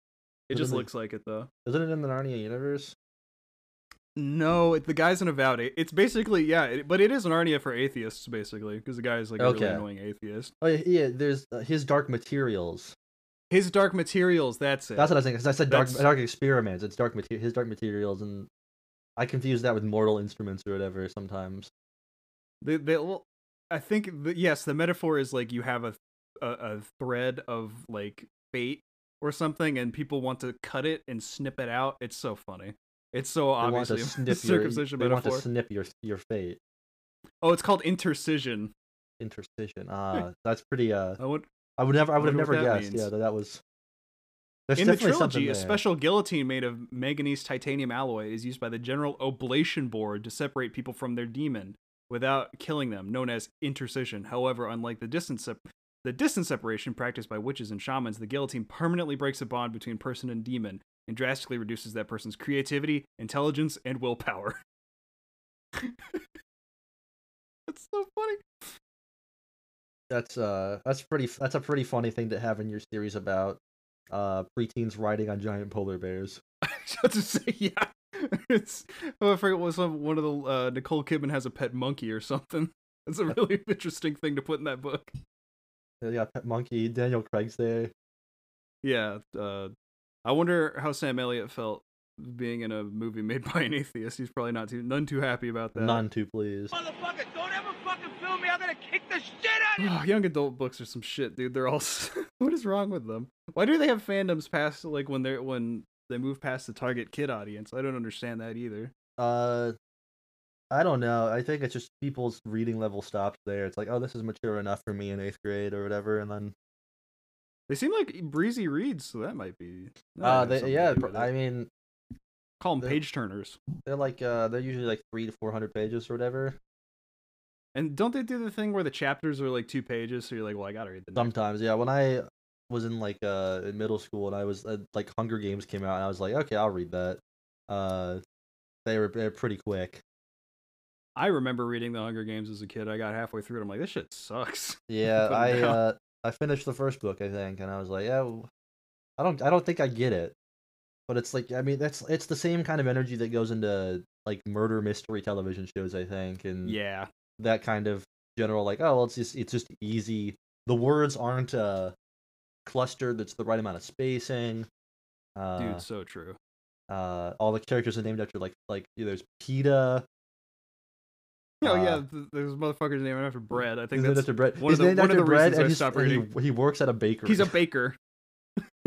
Speaker 1: It
Speaker 2: What
Speaker 1: just
Speaker 2: am I-
Speaker 1: looks like it though.
Speaker 2: Isn't it in the Narnia universe?
Speaker 1: No, it, the guy's an avowed. a- It's basically yeah, it, but it is an Narnia for atheists basically because the guy is like a really
Speaker 2: Okay.
Speaker 1: annoying atheist.
Speaker 2: Oh yeah, yeah there's uh, his Dark Materials.
Speaker 1: His Dark Materials. That's it.
Speaker 2: That's what I was thinking. 'cause I said Dark
Speaker 1: That's-
Speaker 2: Dark Experiments. It's Dark Mater- his Dark Materials, and I confuse that with Mortal Instruments or whatever sometimes.
Speaker 1: They, they, well, I think the, yes, the metaphor is like you have a, a a thread of like fate or something, and people want to cut it and snip it out. It's so funny. It's so
Speaker 2: They want to
Speaker 1: obviously
Speaker 2: snip
Speaker 1: the
Speaker 2: your,
Speaker 1: circumcision
Speaker 2: they
Speaker 1: metaphor.
Speaker 2: want to snip your your fate.
Speaker 1: oh, it's called intercision.
Speaker 2: Intercision. Ah, that's pretty. Uh,
Speaker 1: I would,
Speaker 2: I would never. I would have
Speaker 1: wonder
Speaker 2: never
Speaker 1: what that
Speaker 2: guessed.
Speaker 1: means.
Speaker 2: Yeah, that, that was. There's
Speaker 1: in the
Speaker 2: definitely something
Speaker 1: trilogy, a
Speaker 2: there.
Speaker 1: special guillotine made of manganese titanium alloy is used by the General Oblation Board to separate people from their demon without killing them, known as intercision. However, unlike the distance sep- the distance separation practiced by witches and shamans, the guillotine permanently breaks a bond between person and demon and drastically reduces that person's creativity, intelligence, and willpower. That's so funny.
Speaker 2: that's uh that's pretty that's a pretty funny thing to have in your series about uh preteens riding on giant polar bears.
Speaker 1: Just to say, yeah. It's oh, I forget what some one of the uh, Nicole Kidman has a pet monkey or something. That's
Speaker 2: Uh.
Speaker 1: a really interesting thing to put in that book.
Speaker 2: They got Pet Monkey, Daniel Craig's there.
Speaker 1: Yeah, uh, I wonder how Sam Elliott felt being in a movie made by an atheist. He's probably not too none too happy about that.
Speaker 2: None too please.
Speaker 4: Motherfucker, don't ever fucking film me. I'm gonna kick the shit out of you.
Speaker 1: Oh, young adult books are some shit, dude. They're all s- what is wrong with them? Why do they have fandoms past like when they're when they move past the target kid audience? I don't understand that either.
Speaker 2: Uh I don't know. I think it's just people's reading level stops there. It's like, oh, this is mature enough for me in eighth grade or whatever, and then
Speaker 1: They seem like breezy reads, so that might be. that might
Speaker 2: uh,
Speaker 1: have
Speaker 2: they,
Speaker 1: something
Speaker 2: yeah,
Speaker 1: to do
Speaker 2: pr-
Speaker 1: with it.
Speaker 2: I mean,
Speaker 1: call them
Speaker 2: the-
Speaker 1: page turners.
Speaker 2: they're like uh, they're usually like three to four hundred pages or whatever.
Speaker 1: And don't they do the thing where the chapters are like two pages, so you're like, well, I gotta read the next
Speaker 2: Sometimes, yeah. When I was in like uh in middle school and I was uh, like Hunger Games came out, and I was like, okay, I'll read that. Uh, they were they're pretty quick.
Speaker 1: I remember reading The Hunger Games as a kid. I got halfway through it. I'm like, this shit sucks.
Speaker 2: Yeah,
Speaker 1: Put 'em
Speaker 2: I
Speaker 1: down.
Speaker 2: uh, I finished the first book, I think, and I was like, yeah, w- I don't I don't think I get it. But it's like I mean that's it's the same kind of energy that goes into like murder mystery television shows, I think, and
Speaker 1: Yeah.
Speaker 2: that kind of general like oh well, it's just it's just easy. The words aren't uh clustered. It's the right amount of spacing. Uh,
Speaker 1: Dude, so true.
Speaker 2: uh, all the characters are named after like like you know, there's Peta.
Speaker 1: Oh, yeah.
Speaker 2: uh,
Speaker 1: Th- there's a motherfucker's named after bread. I think
Speaker 2: He's named
Speaker 1: that's.
Speaker 2: after bread.
Speaker 1: one of
Speaker 2: He's
Speaker 1: the-
Speaker 2: named
Speaker 1: one of
Speaker 2: after
Speaker 1: the
Speaker 2: bread,
Speaker 1: reasons
Speaker 2: and,
Speaker 1: I
Speaker 2: he's-
Speaker 1: stopped
Speaker 2: and he-
Speaker 1: reading.
Speaker 2: he, works at a bakery.
Speaker 1: He's a baker.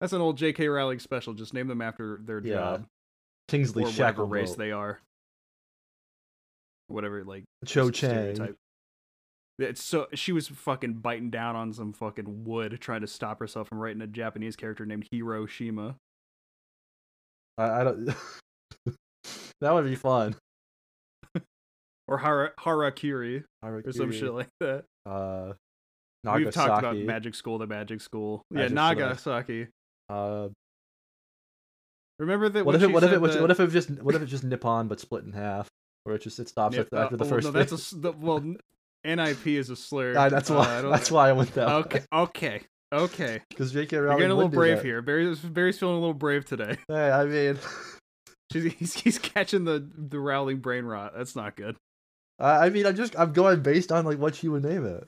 Speaker 1: that's an old J.K. Rowling special. Just name them after their
Speaker 2: Yeah,
Speaker 1: job
Speaker 2: Kingsley
Speaker 1: or whatever race
Speaker 2: Shacklebolt,
Speaker 1: they are. Whatever, like
Speaker 2: Cho
Speaker 1: s-
Speaker 2: Chang.
Speaker 1: stereotype. It's so she was fucking biting down on some fucking wood, trying to stop herself from writing a Japanese character named Hiroshima.
Speaker 2: I, I don't. that would be fun.
Speaker 1: or Hara- Harakiri or some
Speaker 2: Harakiri,
Speaker 1: shit like that.
Speaker 2: Uh,
Speaker 1: We've talked about
Speaker 2: Nagasaki,
Speaker 1: Magic School, the Magic School.
Speaker 2: Magic
Speaker 1: yeah,
Speaker 2: School.
Speaker 1: Nagasaki.
Speaker 2: Uh,
Speaker 1: Remember that?
Speaker 2: what
Speaker 1: when
Speaker 2: if it?
Speaker 1: she
Speaker 2: What if
Speaker 1: said uh,
Speaker 2: it was?
Speaker 1: that-
Speaker 2: What if it was just? What if it's just Nippon but split in half? Where it just it stops
Speaker 1: Yeah,
Speaker 2: after,
Speaker 1: uh,
Speaker 2: after the
Speaker 1: well,
Speaker 2: first.
Speaker 1: No, that's a
Speaker 2: thing?
Speaker 1: s- the, well. n- NIP is a slur.
Speaker 2: Ah, that's
Speaker 1: Uh,
Speaker 2: why.
Speaker 1: I don't-
Speaker 2: that's why I went that.
Speaker 1: Okay. Okay. Okay.
Speaker 2: Because J.K.
Speaker 1: We're
Speaker 2: Rowling.
Speaker 1: getting a little
Speaker 2: would do
Speaker 1: brave
Speaker 2: that.
Speaker 1: here. Barry's, Barry's feeling a little brave today.
Speaker 2: Hey, I mean,
Speaker 1: She's, he's, he's catching the the Rowling brain rot. That's not good.
Speaker 2: I I mean, I'm just I'm going based on like what she would name it.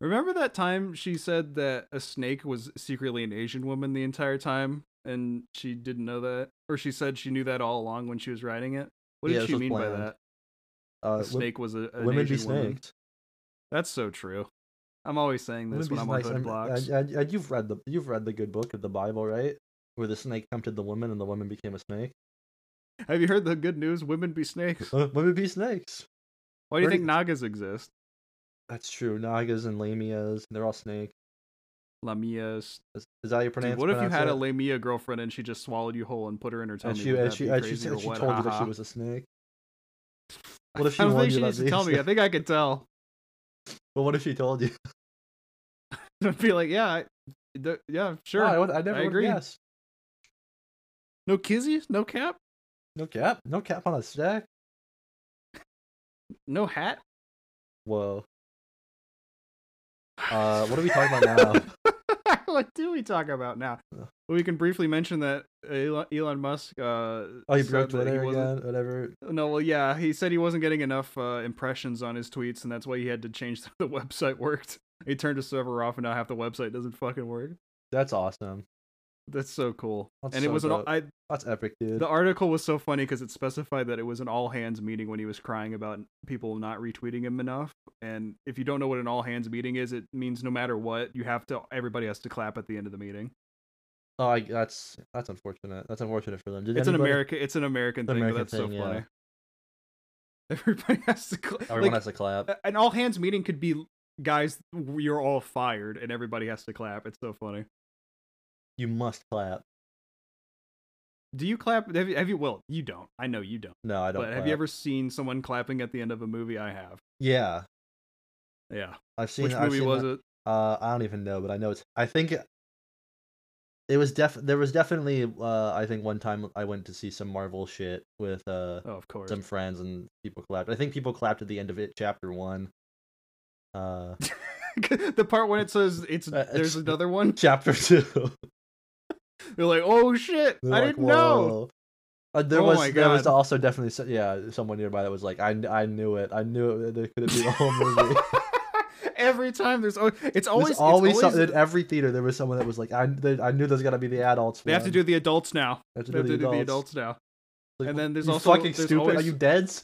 Speaker 1: Remember that time she said that a snake was secretly an Asian woman the entire time and she didn't know that? Or she said she knew that all along when she was writing it? What
Speaker 2: Yeah,
Speaker 1: did
Speaker 2: this
Speaker 1: she
Speaker 2: was
Speaker 1: mean by
Speaker 2: planned.
Speaker 1: that?
Speaker 2: Uh,
Speaker 1: A
Speaker 2: wom-
Speaker 1: snake was a an
Speaker 2: women
Speaker 1: Asian
Speaker 2: be
Speaker 1: woman.
Speaker 2: snaked.
Speaker 1: That's so true. I'm always saying
Speaker 2: Women
Speaker 1: this
Speaker 2: be
Speaker 1: when I'm on
Speaker 2: snakes.
Speaker 1: hood
Speaker 2: And-
Speaker 1: blocks.
Speaker 2: And, and- and you've read the you've read the good book of the Bible, right? Where the snake tempted the woman, and the woman became a snake.
Speaker 1: Have you heard the good news? Women be snakes.
Speaker 2: Uh, women be snakes.
Speaker 1: Why do you
Speaker 2: where
Speaker 1: think
Speaker 2: did-
Speaker 1: Nagas exist?
Speaker 2: That's true. Nagas and lamias, they're all snakes.
Speaker 1: Lamias.
Speaker 2: Is, is that how you
Speaker 1: Dude,
Speaker 2: pronounce?
Speaker 1: what if you
Speaker 2: pronounce
Speaker 1: had a
Speaker 2: it?
Speaker 1: Lamia girlfriend and she just swallowed you whole and put her in her tummy?
Speaker 2: and she
Speaker 1: Would
Speaker 2: and
Speaker 1: that
Speaker 2: she
Speaker 1: be
Speaker 2: and she,
Speaker 1: crazy
Speaker 2: said
Speaker 1: or
Speaker 2: she
Speaker 1: what?
Speaker 2: told you that she
Speaker 1: Haha.
Speaker 2: was a snake? What if she
Speaker 1: I don't think
Speaker 2: warned you
Speaker 1: she
Speaker 2: about
Speaker 1: needs to
Speaker 2: being
Speaker 1: tell me. I
Speaker 2: sick?
Speaker 1: think I could tell.
Speaker 2: But what if she told you?
Speaker 1: I'd be like, yeah, I, th- yeah, sure.
Speaker 2: No, I, would, I never
Speaker 1: I
Speaker 2: would
Speaker 1: agree.
Speaker 2: guess.
Speaker 1: no kizzy, no cap,
Speaker 2: No cap. No cap on a stack.
Speaker 1: no hat.
Speaker 2: Whoa. Uh, what are we talking about now?
Speaker 1: what do we talk about now?
Speaker 2: Ugh.
Speaker 1: We can briefly mention that Elon, Elon Musk. Uh,
Speaker 2: Oh, you
Speaker 1: said
Speaker 2: broke
Speaker 1: that he
Speaker 2: Twitter
Speaker 1: wasn't-
Speaker 2: again. Whatever.
Speaker 1: No, well, yeah, he said he wasn't getting enough uh, impressions on his tweets, and that's why he had to change how the website worked. He turned his server off, and now half the website doesn't fucking work.
Speaker 2: That's awesome.
Speaker 1: That's so cool.
Speaker 2: That's
Speaker 1: and it
Speaker 2: so
Speaker 1: was an
Speaker 2: dope.
Speaker 1: I,
Speaker 2: That's epic, dude.
Speaker 1: the article was so funny because it specified that it was an all hands meeting when he was crying about people not retweeting him enough. And if you don't know what an all hands meeting is, it means no matter what, you have to everybody has to clap at the end of the meeting.
Speaker 2: Oh, I, that's that's unfortunate. That's unfortunate for them. Did
Speaker 1: it's
Speaker 2: anybody-
Speaker 1: an America, it's an American
Speaker 2: It's an
Speaker 1: thing,
Speaker 2: American
Speaker 1: but that's so
Speaker 2: thing, yeah.
Speaker 1: funny. Everybody has to clap.
Speaker 2: Everyone has to clap.
Speaker 1: an all hands meeting could be guys, you're all fired, and everybody has to clap. It's so funny.
Speaker 2: You must clap.
Speaker 1: Do you clap? Have you? Have you well, you don't. I know you don't.
Speaker 2: No, I don't.
Speaker 1: but have you
Speaker 2: clap.
Speaker 1: ever seen someone clapping at the end of a movie? I have.
Speaker 2: Yeah,
Speaker 1: Yeah.
Speaker 2: I've seen.
Speaker 1: Which
Speaker 2: I've
Speaker 1: movie
Speaker 2: seen
Speaker 1: was
Speaker 2: that-
Speaker 1: it?
Speaker 2: Uh, I don't even know, but I know it's. I think it- it was def. There was definitely. Uh, I think one time I went to see some Marvel shit with uh
Speaker 1: Oh, of course.
Speaker 2: some friends and people clapped. I think people clapped at the end of it, chapter one. Uh,
Speaker 1: the part when it says it's
Speaker 2: Uh,
Speaker 1: there's
Speaker 2: it's-
Speaker 1: another one.
Speaker 2: chapter two.
Speaker 1: You're like, oh shit,
Speaker 2: They're
Speaker 1: I
Speaker 2: like,
Speaker 1: didn't know.
Speaker 2: "Whoa." Uh, there
Speaker 1: Oh
Speaker 2: was
Speaker 1: my
Speaker 2: there was
Speaker 1: God.
Speaker 2: also definitely so- yeah someone nearby that was like I, kn- I knew it I knew it there could be a whole movie.
Speaker 1: Every time there's always it's always
Speaker 2: There's
Speaker 1: it's
Speaker 2: always,
Speaker 1: always-
Speaker 2: some- in every theater there was someone that was like I there, I knew there's gotta be the adults.
Speaker 1: they have to
Speaker 2: one.
Speaker 1: do the adults now.
Speaker 2: They have to
Speaker 1: They have to do the
Speaker 2: adults.
Speaker 1: adults now.
Speaker 2: Like,
Speaker 1: and then there's
Speaker 2: you
Speaker 1: also-
Speaker 2: fucking
Speaker 1: there's
Speaker 2: stupid. Are
Speaker 1: always-
Speaker 2: you deads?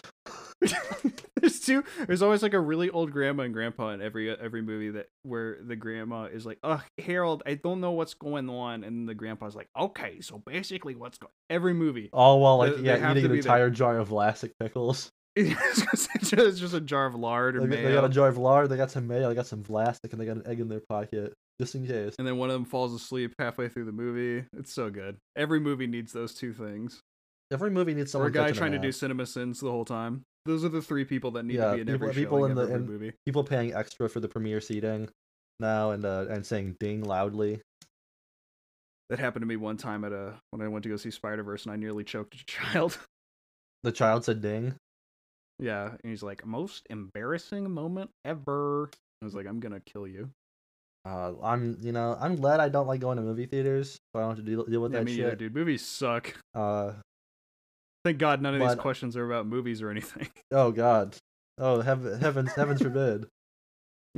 Speaker 1: there's two. There's always like a really old grandma and grandpa in every uh, every movie that where the grandma is like, "Ugh, Harold, I don't know what's going on," and the grandpa's like, "Okay, so basically, what's going?" Every movie,
Speaker 2: All while like
Speaker 1: They- they
Speaker 2: yeah,
Speaker 1: have
Speaker 2: eating
Speaker 1: to
Speaker 2: an
Speaker 1: be there.
Speaker 2: entire jar of elastic pickles.
Speaker 1: it's just- it's just, a jar of lard or
Speaker 2: They, got- they
Speaker 1: mayo,
Speaker 2: got a jar of lard, they got some mayo, they got some elastic, and they got an egg in their pocket just in case.
Speaker 1: and then one of them falls asleep halfway through the movie. It's so good. Every movie needs those two things.
Speaker 2: Every movie needs
Speaker 1: or
Speaker 2: someone.
Speaker 1: a guy
Speaker 2: touching
Speaker 1: trying to
Speaker 2: ass.
Speaker 1: do cinema sins the whole time. Those are the three people that need
Speaker 2: Yeah,
Speaker 1: to be in
Speaker 2: people-
Speaker 1: every
Speaker 2: people
Speaker 1: showing
Speaker 2: in the-
Speaker 1: of every
Speaker 2: in-
Speaker 1: movie.
Speaker 2: people paying extra for the premiere seating now and uh, and saying ding loudly.
Speaker 1: That happened to me one time at a when I went to go see Spider Verse and I nearly choked a child.
Speaker 2: The child said ding.
Speaker 1: Yeah, and he's like, most embarrassing moment ever. I was like, I'm gonna kill you.
Speaker 2: Uh, I'm you know I'm glad I don't like going to movie theaters, so I don't have to deal, deal with
Speaker 1: Yeah,
Speaker 2: that
Speaker 1: me either,
Speaker 2: shit.
Speaker 1: dude. Movies suck.
Speaker 2: Uh,
Speaker 1: Thank God none of
Speaker 2: But-
Speaker 1: these questions are about movies or anything.
Speaker 2: oh god. Oh heav- heavens heavens forbid.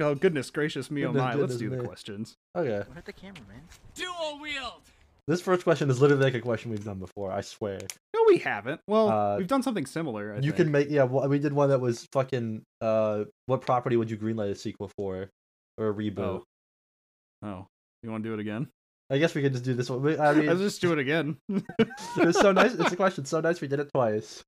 Speaker 1: Oh goodness gracious me, oh
Speaker 2: Goodness,
Speaker 1: my. Let's
Speaker 2: goodness
Speaker 1: do the
Speaker 2: me.
Speaker 1: questions.
Speaker 2: Okay,
Speaker 6: What the cameraman?
Speaker 4: Dual wield.
Speaker 2: this first question is literally like a question we've done before. I swear.
Speaker 1: No, we haven't. Well,
Speaker 2: Uh,
Speaker 1: we've done something similar. I
Speaker 2: you
Speaker 1: think.
Speaker 2: can make yeah. Well, we did one that was fucking. Uh, what property would you greenlight a sequel for, or a reboot?
Speaker 1: Oh. Oh, you want to do it again?
Speaker 2: I guess we could just do this one. We- I mean,
Speaker 1: Let's just do it again.
Speaker 2: it's so nice. It's a question. So nice we did it twice.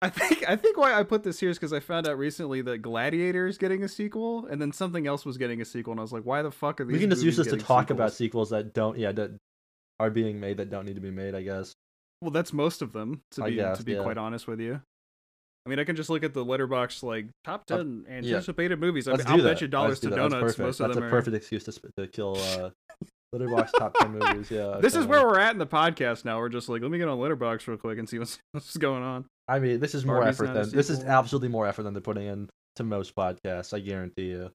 Speaker 1: I think I think why I put this here is because I found out recently that Gladiator is getting a sequel, and then something else was getting a sequel, and I was like, why the fuck are these?
Speaker 2: we can just use
Speaker 1: movies
Speaker 2: this to
Speaker 1: getting
Speaker 2: talk about
Speaker 1: sequels?
Speaker 2: sequels that don't yeah that are being made that don't need to be made i guess
Speaker 1: Well, that's most of them. To
Speaker 2: I
Speaker 1: be
Speaker 2: guess,
Speaker 1: to be
Speaker 2: yeah.
Speaker 1: quite honest with you, I mean, I can just look at the letterbox like top
Speaker 2: Up-
Speaker 1: ten
Speaker 2: Uh, yeah.
Speaker 1: anticipated movies. I
Speaker 2: let's
Speaker 1: mean,
Speaker 2: do
Speaker 1: I'll
Speaker 2: that
Speaker 1: bet you dollars
Speaker 2: Let's do
Speaker 1: to
Speaker 2: that. That's
Speaker 1: donuts.
Speaker 2: perfect.
Speaker 1: Most of
Speaker 2: that's
Speaker 1: them
Speaker 2: a
Speaker 1: are.
Speaker 2: perfect excuse to, sp- to kill uh letterbox top 10 movies yeah
Speaker 1: This is
Speaker 2: okay.
Speaker 1: where we're at in the podcast now. We're just like, let me get on letterbox real quick and see what's what's going on.
Speaker 2: i mean this is more
Speaker 1: Barbie's
Speaker 2: effort
Speaker 1: not a
Speaker 2: than this is
Speaker 1: sequel.
Speaker 2: absolutely more effort than they're putting in to most podcasts i guarantee you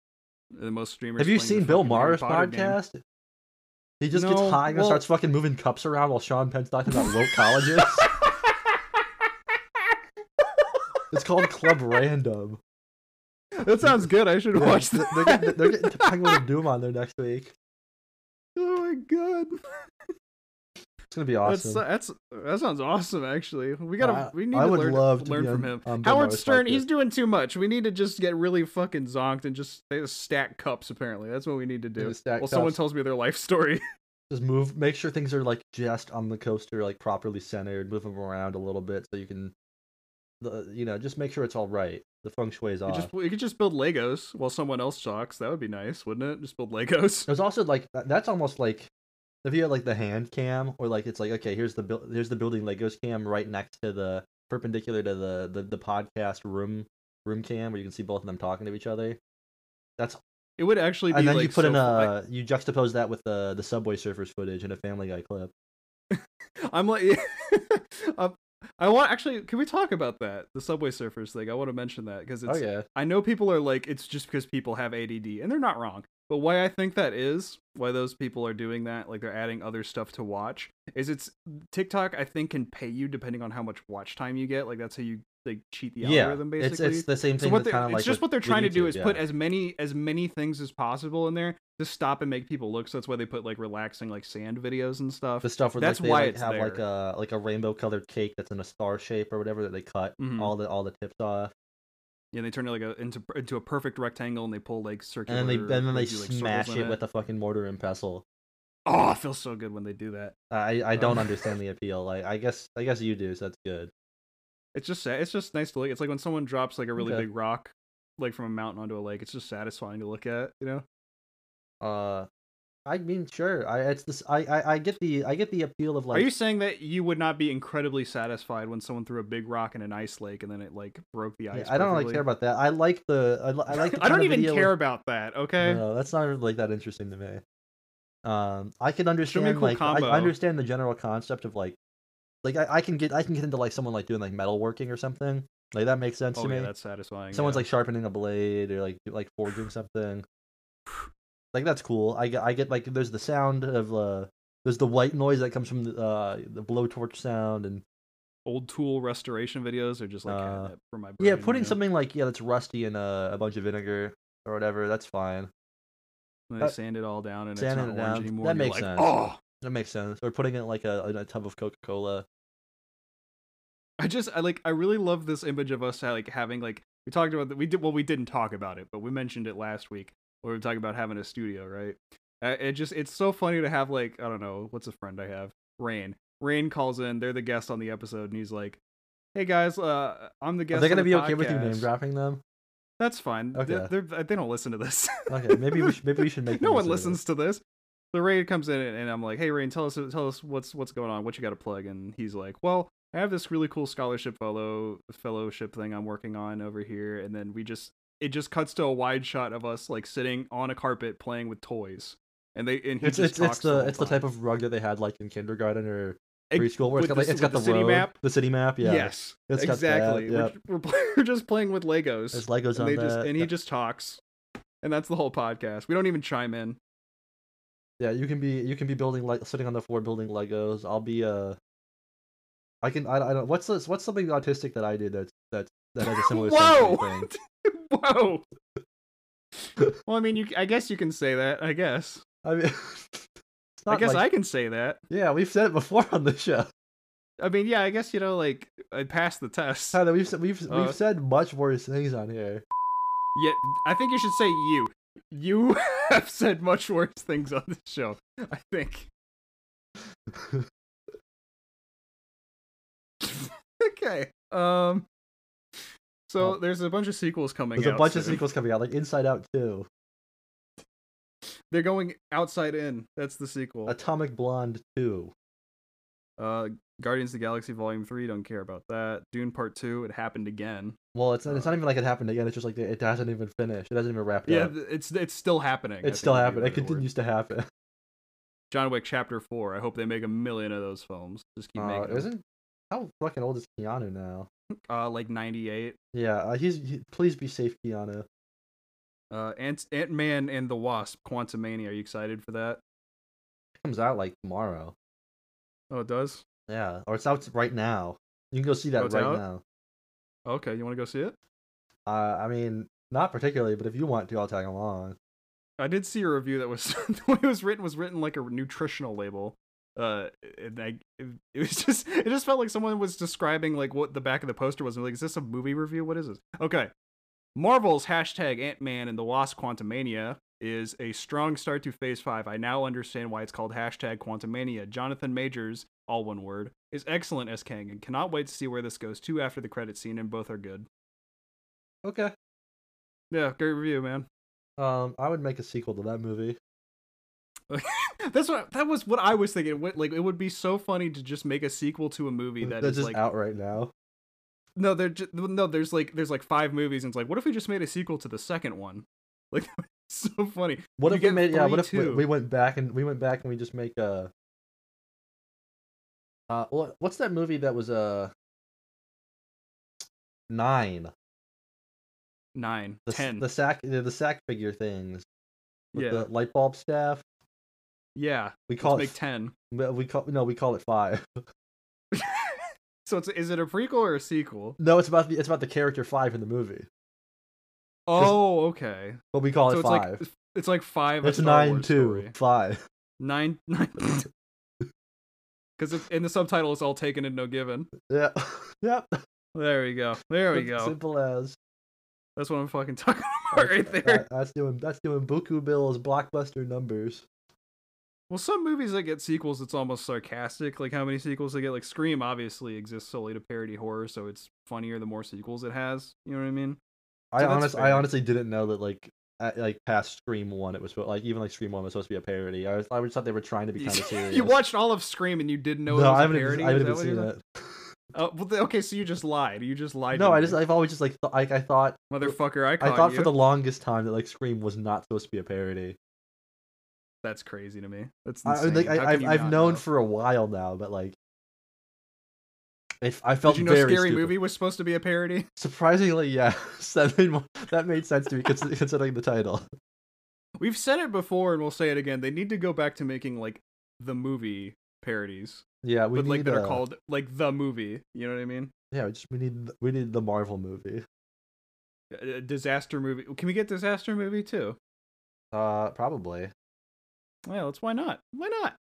Speaker 1: The most streamers.
Speaker 2: have you
Speaker 1: playing the
Speaker 2: seen bill
Speaker 1: fucking Harry
Speaker 2: maher's
Speaker 1: Potter game.
Speaker 2: podcast he just gets
Speaker 1: No,
Speaker 2: high and
Speaker 1: well-
Speaker 2: starts fucking moving cups around while sean penn's talking about low colleges it's called club random
Speaker 1: That sounds good. I should
Speaker 2: Yeah,
Speaker 1: watch
Speaker 2: th-
Speaker 1: that.
Speaker 2: they're getting, they're getting to penguin of doom on there next week
Speaker 1: oh my god.
Speaker 2: It's gonna be
Speaker 1: That's
Speaker 2: awesome.
Speaker 1: that's that sounds awesome. Actually, we gotta
Speaker 2: I-
Speaker 1: we need
Speaker 2: I
Speaker 1: to
Speaker 2: would
Speaker 1: learn
Speaker 2: love to
Speaker 1: learn
Speaker 2: be
Speaker 1: from
Speaker 2: on-
Speaker 1: him.
Speaker 2: on Bill
Speaker 1: Howard
Speaker 2: Maher's
Speaker 1: Stern,
Speaker 2: podcast.
Speaker 1: he's doing too much. We need to just get really fucking zonked and just they stack cups. Apparently, that's what we need to do.
Speaker 2: Need to stack
Speaker 1: Well, someone
Speaker 2: cups.
Speaker 1: tells me their life story.
Speaker 2: Just move. Make sure things are like just on the coaster, like properly centered. Move them around a little bit so you can, the you know, just make sure it's all right. The feng shui is
Speaker 1: You,
Speaker 2: off.
Speaker 1: just, you could just build Legos while someone else talks. That would be nice, wouldn't it? Just build Legos.
Speaker 2: There's also like tha- that's almost like if you had like the hand cam or like it's like okay here's the buil- here's the building Legos cam right next to the perpendicular to the the, the podcast room room cam where you can see both of them talking to each other.
Speaker 1: It would actually be
Speaker 2: And then
Speaker 1: like
Speaker 2: you put
Speaker 1: so
Speaker 2: in a
Speaker 1: fu-
Speaker 2: you juxtapose that with the the Subway Surfers footage in a Family Guy clip.
Speaker 1: I'm like, um, I want actually. Can we talk about that? The Subway Surfers thing. I want to mention that because it's.
Speaker 2: oh yeah,
Speaker 1: I know people are like it's just because people have ADD, and they're not wrong. But why I think that is why those people are doing that, like they're adding other stuff to watch, is it's TikTok. I think can pay you depending on how much watch time you get. Like that's how you like cheat the algorithm basically.
Speaker 2: It's, it's the same
Speaker 1: So
Speaker 2: thing.
Speaker 1: what
Speaker 2: that's
Speaker 1: they're,
Speaker 2: kinda
Speaker 1: it's
Speaker 2: like
Speaker 1: just
Speaker 2: with-
Speaker 1: what they're
Speaker 2: with
Speaker 1: trying to do
Speaker 2: YouTube,
Speaker 1: is
Speaker 2: yeah.
Speaker 1: put as many as many things as possible in there to stop and make people look. So that's why they put like relaxing like sand videos and stuff.
Speaker 2: the stuff where
Speaker 1: that's
Speaker 2: like, they
Speaker 1: why
Speaker 2: like,
Speaker 1: it's
Speaker 2: have like
Speaker 1: there.
Speaker 2: a like a rainbow colored cake that's in a star shape or whatever that they cut
Speaker 1: Mhm.
Speaker 2: all the all the tips off,
Speaker 1: Yeah, they turn it like a into into a perfect rectangle, and they pull like
Speaker 2: and
Speaker 1: circular.
Speaker 2: then they and then they
Speaker 1: crazy, like, circles
Speaker 2: smash
Speaker 1: in
Speaker 2: it with a fucking mortar and pestle.
Speaker 1: Oh, it feels so good when they do that.
Speaker 2: I I don't
Speaker 1: Uh.
Speaker 2: understand the appeal. Like I guess I guess you do, so that's good.
Speaker 1: It's just sa- it's just nice to look. It's like when someone drops like a really
Speaker 2: Okay.
Speaker 1: big rock, like from a mountain onto a lake. It's just satisfying to look at. You know,
Speaker 2: Uh, I mean sure. I it's this I I, I get the I get the appeal of like
Speaker 1: are you saying that you would not be incredibly satisfied when someone threw a big rock in an ice lake and then it like broke the
Speaker 2: yeah,
Speaker 1: ice?
Speaker 2: I don't really
Speaker 1: perfectly?
Speaker 2: care about that. I like the I, li- I like the
Speaker 1: I
Speaker 2: kind
Speaker 1: don't
Speaker 2: of
Speaker 1: even
Speaker 2: video with-
Speaker 1: care about that. Okay.
Speaker 2: No, that's not really, like that interesting to me. Um, I can understand
Speaker 1: cool
Speaker 2: like I-
Speaker 1: combo.
Speaker 2: I understand the general concept of like, like I, I can get I can get into like someone like doing like metalworking or something like that makes sense
Speaker 1: oh
Speaker 2: to
Speaker 1: yeah,
Speaker 2: me.
Speaker 1: that's satisfying.
Speaker 2: Someone's
Speaker 1: yeah.
Speaker 2: like sharpening a blade or like like forging something. Like that's cool. I get I get like there's the sound of uh there's the white noise that comes from the uh, the blowtorch sound and
Speaker 1: old tool restoration videos are just like
Speaker 2: Uh,
Speaker 1: catnip for my
Speaker 2: yeah
Speaker 1: brain,
Speaker 2: putting
Speaker 1: you know?
Speaker 2: something like yeah that's rusty in a, a bunch of vinegar or whatever that's fine
Speaker 1: And they
Speaker 2: uh,
Speaker 1: sand it all down and it's not
Speaker 2: sanding
Speaker 1: orange
Speaker 2: it down,
Speaker 1: anymore.
Speaker 2: that
Speaker 1: and you're
Speaker 2: makes
Speaker 1: like,
Speaker 2: sense.
Speaker 1: Oh,
Speaker 2: that makes sense or putting it in, like a, in a tub of Coca Cola
Speaker 1: I just I like I really love this image of us uh, like having like We talked about that. We did well. We didn't talk about it, but we mentioned it last week. Where we were talking about having a studio, right? Uh, it just it's so funny to have like I don't know what's a friend I have. Rain. Rain calls in. They're the guest on the episode, and he's like, "Hey guys, uh, I'm the guest."
Speaker 2: Are they
Speaker 1: going
Speaker 2: gonna
Speaker 1: to
Speaker 2: be okay with you name
Speaker 1: podcast."
Speaker 2: dropping them?
Speaker 1: That's fine.
Speaker 2: Okay.
Speaker 1: Okay. They're, they're, they don't listen to this.
Speaker 2: Okay, maybe we should, maybe we should make.
Speaker 1: no
Speaker 2: them
Speaker 1: one
Speaker 2: listen to
Speaker 1: listens to this. So Rain comes in and I'm like, "Hey Rain, tell us tell us what's what's going on. What you got to plug?" And he's like, "Well, I have this really cool scholarship fellow fellowship thing I'm working on over here." And then we just it just cuts to a wide shot of us like sitting on a carpet playing with toys. And they and he
Speaker 2: It's
Speaker 1: just
Speaker 2: it's, it's
Speaker 1: talks the,
Speaker 2: the
Speaker 1: whole
Speaker 2: it's the
Speaker 1: time.
Speaker 2: type of rug that they had like in kindergarten or
Speaker 1: Ex-
Speaker 2: preschool where
Speaker 1: with
Speaker 2: it's got, like,
Speaker 1: the-
Speaker 2: it's got
Speaker 1: with
Speaker 2: the,
Speaker 1: the city
Speaker 2: road,
Speaker 1: map?
Speaker 2: the city map. Yeah,
Speaker 1: Yes,
Speaker 2: It's got that,
Speaker 1: exactly. We're-
Speaker 2: yep.
Speaker 1: We're, play- we're just playing with Legos.
Speaker 2: There's
Speaker 1: and
Speaker 2: Legos on
Speaker 1: they
Speaker 2: that.
Speaker 1: just and he
Speaker 2: yeah.
Speaker 1: just talks, and that's the whole podcast. We don't even chime in.
Speaker 2: Yeah, you can be you can be building like sitting on the floor building Legos. I'll be uh, I can I, I don't what's this what's something autistic that I did that's that's that has a similar
Speaker 1: Whoa!
Speaker 2: sensory thing.
Speaker 1: Whoa. well, I mean, you. I guess you can say that. I guess.
Speaker 2: I mean, it's
Speaker 1: I
Speaker 2: not
Speaker 1: guess
Speaker 2: like,
Speaker 1: I can say that.
Speaker 2: yeah we've said it before on the show.
Speaker 1: I mean, yeah. I guess you know, like, I passed the test.
Speaker 2: Tyler, we've said- we've
Speaker 1: Uh,
Speaker 2: we've said much worse things on here.
Speaker 1: Yeah, I think you should say you. You have said much worse things on this show. I think. okay. Um. So
Speaker 2: Well,
Speaker 1: there's a bunch of sequels coming.
Speaker 2: There's a
Speaker 1: out
Speaker 2: bunch of
Speaker 1: soon.
Speaker 2: sequels coming out, like Inside Out Two,
Speaker 1: They're going outside in. That's the sequel.
Speaker 2: Atomic Blonde Two.
Speaker 1: Uh, Guardians of the Galaxy Volume Three. Don't care about that. Dune Part Two. It happened again.
Speaker 2: Well, it's not, it's not even like it happened again. It's just like it hasn't even finished. It hasn't even wrapped
Speaker 1: Yeah,
Speaker 2: up.
Speaker 1: th- it's it's still happening. I think
Speaker 2: It's still
Speaker 1: would be a
Speaker 2: happening. It
Speaker 1: better word.
Speaker 2: continues to happen.
Speaker 1: John Wick Chapter Four. I hope they make a million of those films. Just keep
Speaker 2: Uh,
Speaker 1: making. them.
Speaker 2: isn't how fucking old is Keanu now?
Speaker 1: Uh, like ninety eight.
Speaker 2: Yeah, uh, he's he, please be safe, Keanu.
Speaker 1: Uh, Ant Ant Man and the Wasp: Quantumania. Are you excited for that?
Speaker 2: Comes out like tomorrow.
Speaker 1: Oh, it does.
Speaker 2: Yeah, or it's out right now. You can go see that
Speaker 1: Oh, it's
Speaker 2: right
Speaker 1: out?
Speaker 2: now.
Speaker 1: Okay, you want to go see it?
Speaker 2: Uh, I mean, not particularly, but if you want to, I'll tag along.
Speaker 1: I did see a review that was the way it was written was written like a nutritional label. Uh, and I, it, it was just it just felt like someone was describing like what the back of the poster was. And like, is this a movie review? What is this? Okay, Marvel's hashtag Ant Man and the Wasp: Quantumania is a strong start to Phase Five. I now understand why it's called hashtag Quantumania. Jonathan Majors, all one word, is excellent as Kang, and cannot wait to see where this goes too after the credit scene. And both are good.
Speaker 2: Okay.
Speaker 1: Yeah, great review, man.
Speaker 2: Um, I would make a sequel to that movie.
Speaker 1: That's what that was what I was thinking. It would- Like it would be so funny to just make a sequel to a movie that is
Speaker 2: That's just
Speaker 1: like
Speaker 2: out right now.
Speaker 1: no, they're just, no, there's like there's like five movies and it's like what if we just made a sequel to the second one? Like so funny.
Speaker 2: What
Speaker 1: You
Speaker 2: if we
Speaker 1: get
Speaker 2: made? Yeah,
Speaker 1: three,
Speaker 2: what if we,
Speaker 1: two.
Speaker 2: we went back and we went back and we just make a. Uh, what what's that movie that was uh. Nine.
Speaker 1: Nine,
Speaker 2: The, s-
Speaker 1: ten,
Speaker 2: The sack. The, the sack figure things. With
Speaker 1: yeah,
Speaker 2: The light bulb staff.
Speaker 1: yeah.
Speaker 2: We call
Speaker 1: Let's make
Speaker 2: it.
Speaker 1: ten.
Speaker 2: f- we call no. We call it five.
Speaker 1: So it's is it a prequel or a sequel?
Speaker 2: No, it's about the it's about the character five in the movie.
Speaker 1: Oh, okay.
Speaker 2: But we call
Speaker 1: so
Speaker 2: it
Speaker 1: it's
Speaker 2: five.
Speaker 1: like it's like five. a
Speaker 2: That's
Speaker 1: Star
Speaker 2: nine
Speaker 1: Wars
Speaker 2: two
Speaker 1: story.
Speaker 2: five.
Speaker 1: Nine nine. Because in the subtitle, it's all taken and no given.
Speaker 2: Yeah. yep.
Speaker 1: There we go. There we
Speaker 2: That's
Speaker 1: go.
Speaker 2: Simple as.
Speaker 1: That's what I'm fucking talking about right
Speaker 2: That's-
Speaker 1: there.
Speaker 2: that- that's doing that's doing Buku Bill's blockbuster numbers.
Speaker 1: Well, some movies that get sequels, it's almost sarcastic. Like how many sequels they get. Like Scream obviously exists solely to parody horror, so it's funnier the more sequels it has. You know what I mean?
Speaker 2: I
Speaker 1: So that's
Speaker 2: honest, I
Speaker 1: fair.
Speaker 2: honestly didn't know that like at, like past Scream One, it was spo- like even like Scream One was supposed to be a parody. I was, I just thought they were trying to be kind of serious.
Speaker 1: you watched all of Scream and you didn't know
Speaker 2: no,
Speaker 1: it
Speaker 2: I
Speaker 1: was a
Speaker 2: haven't, even-
Speaker 1: parody.
Speaker 2: I
Speaker 1: Is
Speaker 2: haven't
Speaker 1: that
Speaker 2: even
Speaker 1: what
Speaker 2: seen
Speaker 1: you're-
Speaker 2: that.
Speaker 1: Oh, well, th- okay, so you just lied. You just lied.
Speaker 2: no,
Speaker 1: to
Speaker 2: I
Speaker 1: me.
Speaker 2: just I've always just like th- like I thought
Speaker 1: motherfucker. I,
Speaker 2: I
Speaker 1: caught
Speaker 2: thought
Speaker 1: you.
Speaker 2: for the longest time that like Scream was not supposed to be a parody.
Speaker 1: That's crazy to me. That's
Speaker 2: I,
Speaker 1: insane.
Speaker 2: like
Speaker 1: How can
Speaker 2: I, I've
Speaker 1: you
Speaker 2: I've
Speaker 1: not
Speaker 2: known
Speaker 1: know?
Speaker 2: for a while now, but like. It, I felt
Speaker 1: Did you know
Speaker 2: very
Speaker 1: Scary
Speaker 2: stupid.
Speaker 1: Movie was supposed to be a parody?
Speaker 2: Surprisingly, yes, that made more, that made sense to me consi- considering the title.
Speaker 1: We've said it before, and we'll say it again. They need to go back to making like the movie parodies,
Speaker 2: Yeah, we
Speaker 1: but
Speaker 2: need
Speaker 1: like that are
Speaker 2: uh,
Speaker 1: called like the movie. You know what I mean?
Speaker 2: Yeah, we just we need th- we need the Marvel movie.
Speaker 1: a disaster movie. Can we get disaster movie too?
Speaker 2: Uh, probably.
Speaker 1: Well, that's why not. Why not?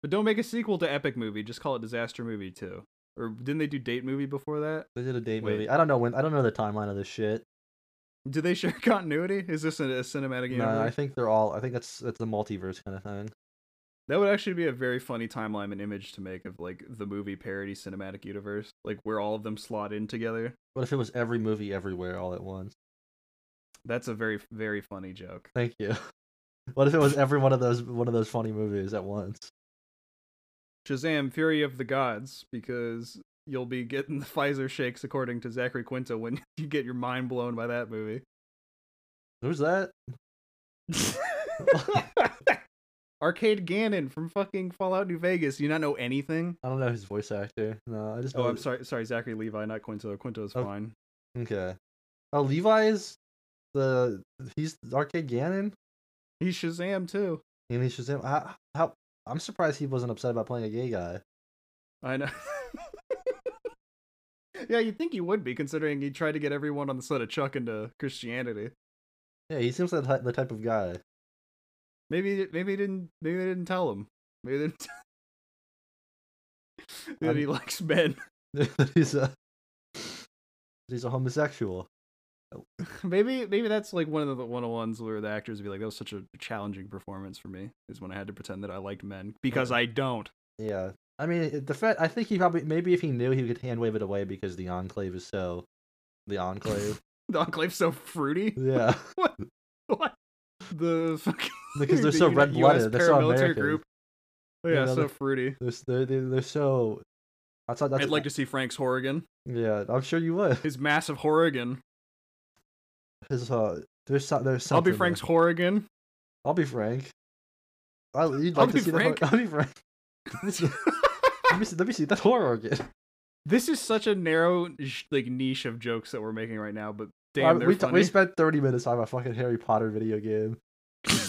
Speaker 1: But don't make a sequel to epic movie. Just call it disaster movie two. or didn't they do date movie before that?
Speaker 2: They did a date
Speaker 1: Wait.
Speaker 2: movie. I don't know when. I don't know the timeline of this shit.
Speaker 1: Do they share continuity? Is this a, a cinematic universe?
Speaker 2: No, I think they're all. I think that's that's the multiverse kind of thing.
Speaker 1: That would actually be a very funny timeline and image to make of like the movie parody cinematic universe, like where all of them slot in together.
Speaker 2: What if it was every movie everywhere all at once?
Speaker 1: That's a very very funny joke.
Speaker 2: Thank you. What if it was every one of those one of those funny movies at once?
Speaker 1: Shazam! Fury of the Gods, because you'll be getting the Pfizer shakes according to Zachary Quinto when you get your mind blown by that movie.
Speaker 2: Who's that?
Speaker 1: Arcade Gannon from fucking Fallout New Vegas. You not know anything?
Speaker 2: I don't know who's voice actor. No, I just.
Speaker 1: Oh,
Speaker 2: know
Speaker 1: I'm
Speaker 2: that-
Speaker 1: sorry, sorry, Zachary Levi, not Quinto. Quinto's
Speaker 2: Oh.
Speaker 1: fine.
Speaker 2: Okay. Oh, Levi's the he's Arcade Gannon
Speaker 1: He's Shazam too.
Speaker 2: and he's Shazam. I, how I'm surprised he wasn't upset about playing a gay guy.
Speaker 1: I know. yeah, you'd think he would be, considering he tried to get everyone on the set of Chuck into Christianity.
Speaker 2: Yeah, he seems like the ty- the type of guy.
Speaker 1: Maybe, maybe he didn't. Maybe they didn't tell him. Maybe they didn't. tell- that he
Speaker 2: I'm-
Speaker 1: likes men.
Speaker 2: he's a he's a homosexual.
Speaker 1: Maybe, maybe that's like one of the one of ones where the actors would be like, "That was such a challenging performance for me." Is when I had to pretend that I liked men because I don't.
Speaker 2: Yeah. I mean, it- the fact I think he probably maybe if he knew he could hand wave it away because the enclave is so the enclave.
Speaker 1: The enclave's so fruity.
Speaker 2: yeah,
Speaker 1: What? The fucking
Speaker 2: because they're
Speaker 1: the
Speaker 2: so
Speaker 1: U-
Speaker 2: red
Speaker 1: US
Speaker 2: blooded. They're so
Speaker 1: paramilitary
Speaker 2: American.
Speaker 1: group. Oh,
Speaker 2: Yeah,
Speaker 1: yeah,
Speaker 2: no,
Speaker 1: so
Speaker 2: the-
Speaker 1: fruity.
Speaker 2: They're, s- they're, they're, they're so. I thought that's
Speaker 1: I'd like to see Frank's Horrigan.
Speaker 2: Yeah, I'm sure you would.
Speaker 1: His massive Horrigan.
Speaker 2: His, uh, there's so, there's something.
Speaker 1: I'll be
Speaker 2: there.
Speaker 1: Frank's Horrigan.
Speaker 2: I'll be Frank. I'll, you'd
Speaker 1: I'll
Speaker 2: like to
Speaker 1: be
Speaker 2: see
Speaker 1: Frank.
Speaker 2: That, hor- I'll be Frank. Let me see, let me see that horror again.
Speaker 1: this is such a narrow sh- like niche of jokes that we're making right now, but
Speaker 2: I-
Speaker 1: damn, they're
Speaker 2: we, t-
Speaker 1: funny.
Speaker 2: we spent 30 minutes on a fucking Harry Potter video game.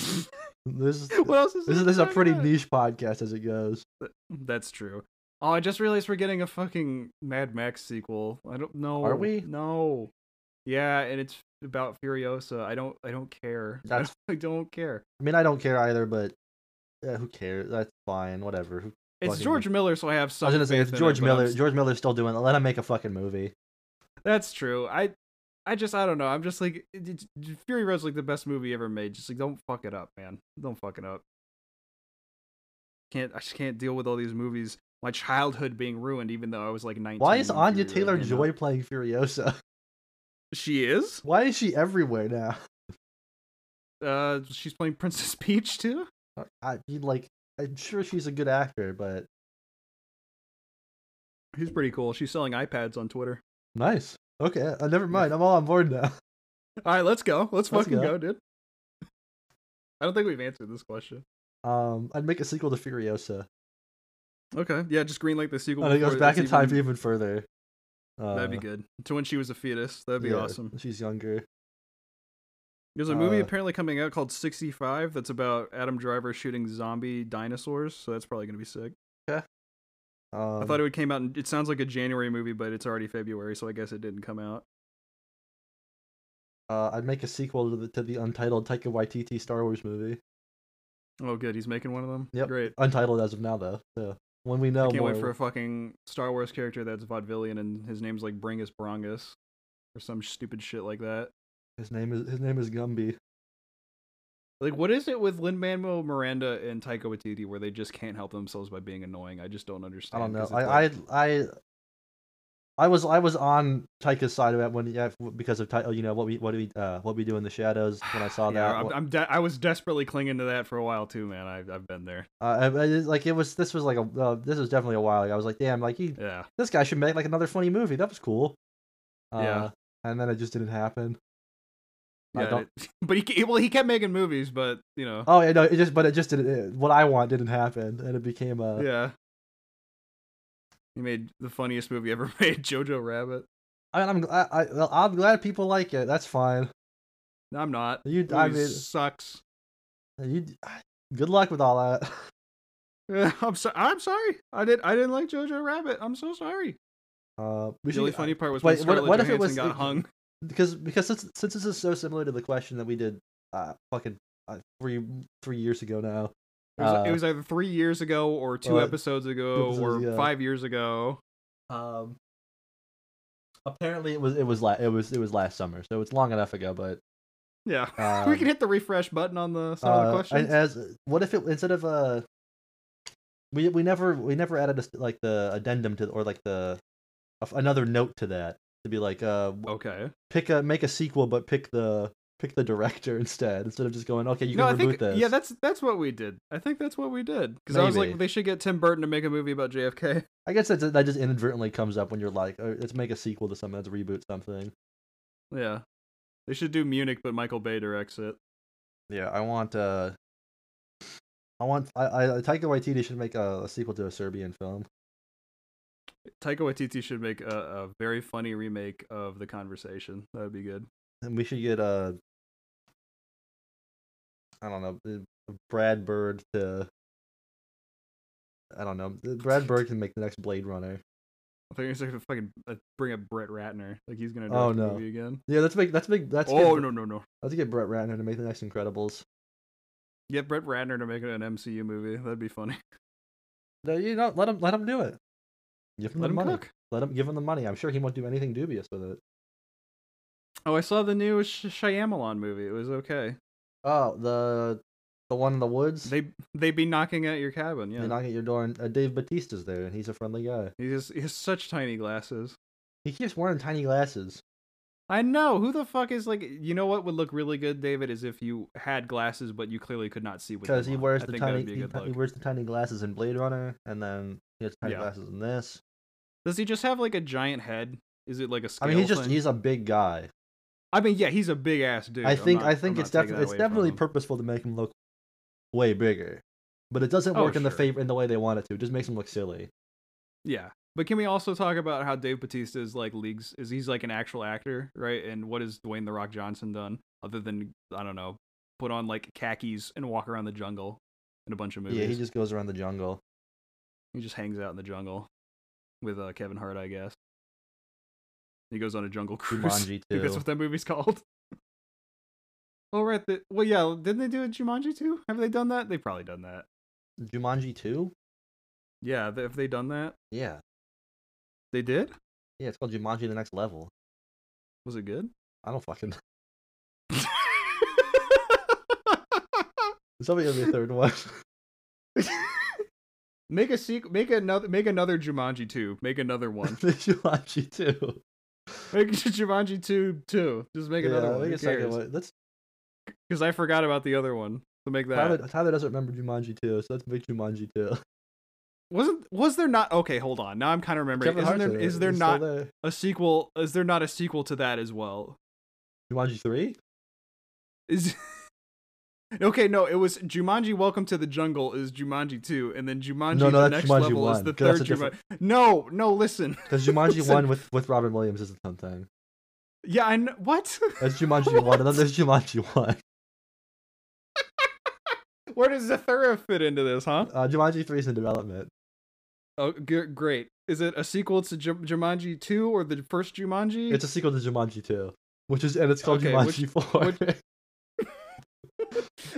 Speaker 2: This is
Speaker 1: what else is
Speaker 2: this
Speaker 1: there
Speaker 2: is,
Speaker 1: to
Speaker 2: this is a
Speaker 1: talk
Speaker 2: pretty
Speaker 1: about?
Speaker 2: niche podcast as it goes.
Speaker 1: That's true. Oh, I just realized we're getting a fucking Mad Max sequel. I don't know.
Speaker 2: Are we?
Speaker 1: No. Yeah, and it's about Furiosa. I don't. I don't care. I
Speaker 2: That's-
Speaker 1: don't- I don't care.
Speaker 2: I mean, I don't care either, but uh, who cares? That's fine, whatever. Who-
Speaker 1: It's
Speaker 2: fucking-
Speaker 1: George Miller, so I have
Speaker 2: I
Speaker 1: some.
Speaker 2: was gonna say
Speaker 1: faith
Speaker 2: it's
Speaker 1: in it,
Speaker 2: George
Speaker 1: but I'm
Speaker 2: Miller.
Speaker 1: s-
Speaker 2: George Miller's still doing. it. Let him make a fucking movie.
Speaker 1: That's true. I, I just I don't know. I'm just like it- it- Fury Road's like the best movie ever made. Just like don't fuck it up, man. Don't fuck it up. Can't I just can't deal with all these movies. My childhood being ruined, even though I was like 19.
Speaker 2: Why is
Speaker 1: when Fury
Speaker 2: Anya
Speaker 1: Road
Speaker 2: Taylor
Speaker 1: came
Speaker 2: Joy
Speaker 1: out.
Speaker 2: playing Furiosa?
Speaker 1: She is.
Speaker 2: Why is she everywhere now?
Speaker 1: Uh, she's playing Princess Peach too.
Speaker 2: Uh, I mean, like, I'm sure she's a good actor, but
Speaker 1: She's pretty cool. She's selling iPads on Twitter.
Speaker 2: nice. Okay, uh, never mind. I'm all on board now.
Speaker 1: All right, let's go. Let's,
Speaker 2: Let's
Speaker 1: fucking go,
Speaker 2: go.
Speaker 1: dude. I don't think we've answered this question.
Speaker 2: Um, I'd make a sequel to Furiosa,
Speaker 1: Okay, yeah, just greenlight the sequel.
Speaker 2: and Oh, it goes
Speaker 1: before
Speaker 2: back in
Speaker 1: it's
Speaker 2: time
Speaker 1: even-
Speaker 2: even further. Uh,
Speaker 1: That'd be good. To when she was a fetus. That'd be
Speaker 2: yeah,
Speaker 1: awesome.
Speaker 2: She's younger.
Speaker 1: There's a movie
Speaker 2: Uh,
Speaker 1: apparently coming out called 65 that's about Adam Driver shooting zombie dinosaurs, so that's probably going to be sick.
Speaker 2: Um,
Speaker 1: I thought it would came out in, it sounds like a January movie, but it's already February, so I guess it didn't come out.
Speaker 2: uh, I'd make a sequel to the, to the untitled Taika Waititi Star Wars movie.
Speaker 1: Oh good, he's making one of them.
Speaker 2: Yep.
Speaker 1: Great.
Speaker 2: Untitled as of now, though. So when we know
Speaker 1: Can't
Speaker 2: more,
Speaker 1: wait for a fucking Star Wars character that's vaudevillian and his name's like Bringus Brongus or some stupid shit like that.
Speaker 2: his name is his name is Gumby.
Speaker 1: Like what is it with Lin Manuel Miranda and Taika Waititi where they just can't help themselves by being annoying? I just don't
Speaker 2: I
Speaker 1: understand.
Speaker 2: don't know.
Speaker 1: 'cause it's
Speaker 2: I,
Speaker 1: like-
Speaker 2: I I I was I was on Taika's side of it when yeah, because of Ty- you know what we what we uh, what we do in the shadows when I saw
Speaker 1: Yeah,
Speaker 2: that.
Speaker 1: I'm, I'm de- I was desperately clinging to that for a while too, man. I've I've been there.
Speaker 2: Uh, I- I- it's like it was. This was like a. Uh, this was definitely a while ago. I was like, damn, like he,
Speaker 1: Yeah.
Speaker 2: this guy should make like another funny movie. That was cool. Uh,
Speaker 1: Yeah.
Speaker 2: And then it just didn't happen. I
Speaker 1: Yeah,
Speaker 2: don't-
Speaker 1: it- but he ke- well he kept making movies, but you know,
Speaker 2: Oh yeah, no, it just but it just didn't. It, what I want didn't happen, and it became a.
Speaker 1: yeah. He made the funniest movie ever made, Jojo Rabbit.
Speaker 2: I mean, I'm glad. I, well, I'm glad people like it. That's fine.
Speaker 1: No, I'm not.
Speaker 2: You,
Speaker 1: Movie
Speaker 2: I mean,
Speaker 1: sucks.
Speaker 2: you. Good luck with all that.
Speaker 1: I'm so- I'm sorry. I did I didn't like Jojo Rabbit. I'm so sorry.
Speaker 2: Uh, we
Speaker 1: The only
Speaker 2: should-
Speaker 1: funny part was
Speaker 2: wait,
Speaker 1: when
Speaker 2: what-
Speaker 1: Scarlett
Speaker 2: what if it
Speaker 1: Johansson
Speaker 2: was-
Speaker 1: got hung.
Speaker 2: because because since, since this is so similar to the question that we did, uh, fucking uh, three three years ago now.
Speaker 1: It was,
Speaker 2: uh,
Speaker 1: it was either three years ago, or two
Speaker 2: well,
Speaker 1: episodes ago,
Speaker 2: episodes
Speaker 1: or
Speaker 2: ago.
Speaker 1: five years ago.
Speaker 2: Um, apparently it was it was la- it was it was last summer, so it's long enough ago. But
Speaker 1: Yeah.
Speaker 2: um,
Speaker 1: we can hit the refresh button on the some of
Speaker 2: uh,
Speaker 1: the
Speaker 2: and
Speaker 1: questions.
Speaker 2: as what if it instead of uh, we we never we never added a, s- like the addendum to or like the a f- another note to that to be like uh w-
Speaker 1: okay.
Speaker 2: pick a make a sequel but pick the pick the director instead instead of just going okay you
Speaker 1: no, I
Speaker 2: can reboot
Speaker 1: think
Speaker 2: this
Speaker 1: yeah, that's that's what we did. I think that's what we did because I was like,
Speaker 2: Maybe.
Speaker 1: they should get Tim Burton to make a movie about JFK.
Speaker 2: I guess that's, that just inadvertently comes up when you're like oh, let's make a sequel to something let's reboot something
Speaker 1: Yeah, they should do Munich, but Michael Bay directs it.
Speaker 2: Yeah, I want. uh I want. I. I Taika Waititi should make a, a sequel to a Serbian film.
Speaker 1: Taika Waititi should make a, a very funny remake of The Conversation. That would be good.
Speaker 2: And we should get a. I don't know, uh, Brad Bird to. I don't know. Brad Bird can make the next Blade Runner.
Speaker 1: I think it's like fucking uh, bring up Brett Ratner, like he's gonna direct
Speaker 2: Oh,
Speaker 1: the
Speaker 2: no.
Speaker 1: movie again.
Speaker 2: Yeah, let's make. Let's make. Let's
Speaker 1: oh
Speaker 2: get,
Speaker 1: no no no!
Speaker 2: Let's get Brett Ratner to make the next Incredibles.
Speaker 1: Get Brett Ratner to make an MCU movie. That'd be funny.
Speaker 2: No, you know, let him. Let him do it. Give him
Speaker 1: Let
Speaker 2: the
Speaker 1: him
Speaker 2: money.
Speaker 1: cook.
Speaker 2: Let him give him the money. I'm sure he won't do anything dubious with it.
Speaker 1: Oh, I saw the new Sh- Shyamalan movie. It was okay.
Speaker 2: Oh, the the one in the woods.
Speaker 1: They they be knocking at your cabin. Yeah,
Speaker 2: They knock at your door, and uh, Dave Batista's there, and he's a friendly guy.
Speaker 1: He just he has such tiny glasses.
Speaker 2: He keeps wearing tiny glasses.
Speaker 1: I know. Who the fuck is like? You know what would look really good, David, is if you had glasses, but you clearly could not see. with
Speaker 2: because
Speaker 1: them
Speaker 2: he
Speaker 1: on.
Speaker 2: wears
Speaker 1: I
Speaker 2: the
Speaker 1: think
Speaker 2: tiny
Speaker 1: That would
Speaker 2: he,
Speaker 1: be a good
Speaker 2: ti- he
Speaker 1: look.
Speaker 2: wears the tiny glasses in Blade Runner, and then he has tiny
Speaker 1: Yeah.
Speaker 2: glasses in this.
Speaker 1: Does he just have like a giant head? Is it like a
Speaker 2: I
Speaker 1: scale
Speaker 2: mean, he's just
Speaker 1: thing?
Speaker 2: he's a big guy.
Speaker 1: I mean, yeah, he's a big ass dude.
Speaker 2: I
Speaker 1: I'm
Speaker 2: think
Speaker 1: not-
Speaker 2: I
Speaker 1: I'm
Speaker 2: think
Speaker 1: not
Speaker 2: it's
Speaker 1: taking
Speaker 2: definitely
Speaker 1: that
Speaker 2: it's
Speaker 1: away from
Speaker 2: definitely
Speaker 1: him.
Speaker 2: purposeful to make him look way bigger, but it doesn't
Speaker 1: Oh,
Speaker 2: work in the
Speaker 1: sure.
Speaker 2: favor in the way they want it to. It just makes him look silly.
Speaker 1: Yeah, but can we also talk about how Dave Batista is like leagues? Is he's like an actual actor, right? And what has Dwayne the Rock Johnson done other than I don't know, put on like khakis and walk around the jungle in a bunch of movies?
Speaker 2: Yeah, he just goes around the jungle.
Speaker 1: He just hangs out in the jungle with uh, Kevin Hart, I guess. He goes on a jungle cruise.
Speaker 2: Jumanji
Speaker 1: I think that's
Speaker 2: too.
Speaker 1: what that movie's called. oh right, the, well yeah, didn't they do a Jumanji too? Have they done that? They've probably done that.
Speaker 2: Jumanji two.
Speaker 1: Yeah, th- have they done that?
Speaker 2: Yeah,
Speaker 1: They did.
Speaker 2: yeah, it's called Jumanji: The Next Level.
Speaker 1: Was it good?
Speaker 2: I don't fucking. Somebody give me a third one.
Speaker 1: make a sequ- Make another. Make another Jumanji two. Make another one.
Speaker 2: Jumanji two.
Speaker 1: make Jumanji two two. Just make another one.
Speaker 2: make
Speaker 1: Who
Speaker 2: a second
Speaker 1: cares?
Speaker 2: one. Let's
Speaker 1: Because I forgot about the other one. So make that.
Speaker 2: Tyler, Tyler doesn't remember Jumanji 2, so let's make Jumanji 2.
Speaker 1: Wasn't was there not okay, hold on. Now I'm kind of remembering.
Speaker 2: Kevin
Speaker 1: Isn't
Speaker 2: Hart's
Speaker 1: there,
Speaker 2: in it.
Speaker 1: is there
Speaker 2: He's still
Speaker 1: not
Speaker 2: there.
Speaker 1: a sequel is there not a sequel to that as well?
Speaker 2: Jumanji 3?
Speaker 1: Is Okay, no, it was Jumanji Welcome to the Jungle is Jumanji 2 and then Jumanji
Speaker 2: No, no,
Speaker 1: the
Speaker 2: that's
Speaker 1: next
Speaker 2: Jumanji
Speaker 1: level is
Speaker 2: 1,
Speaker 1: the
Speaker 2: 'cause that's
Speaker 1: third
Speaker 2: a
Speaker 1: Jumanji. No, no, listen.
Speaker 2: Because Jumanji
Speaker 1: Listen.
Speaker 2: 1 with, with Robin Williams is its own thing.
Speaker 1: Yeah, I know. What?
Speaker 2: That's Jumanji 1, and then there's Jumanji 1.
Speaker 1: Where does Zathura fit into this, huh?
Speaker 2: Uh, Jumanji 3 is in development.
Speaker 1: Oh, g- great. Is it a sequel to J- Jumanji 2 or the first Jumanji?
Speaker 2: It's a sequel to Jumanji 2, which is, and it's called
Speaker 1: Okay, which-
Speaker 2: Jumanji 4.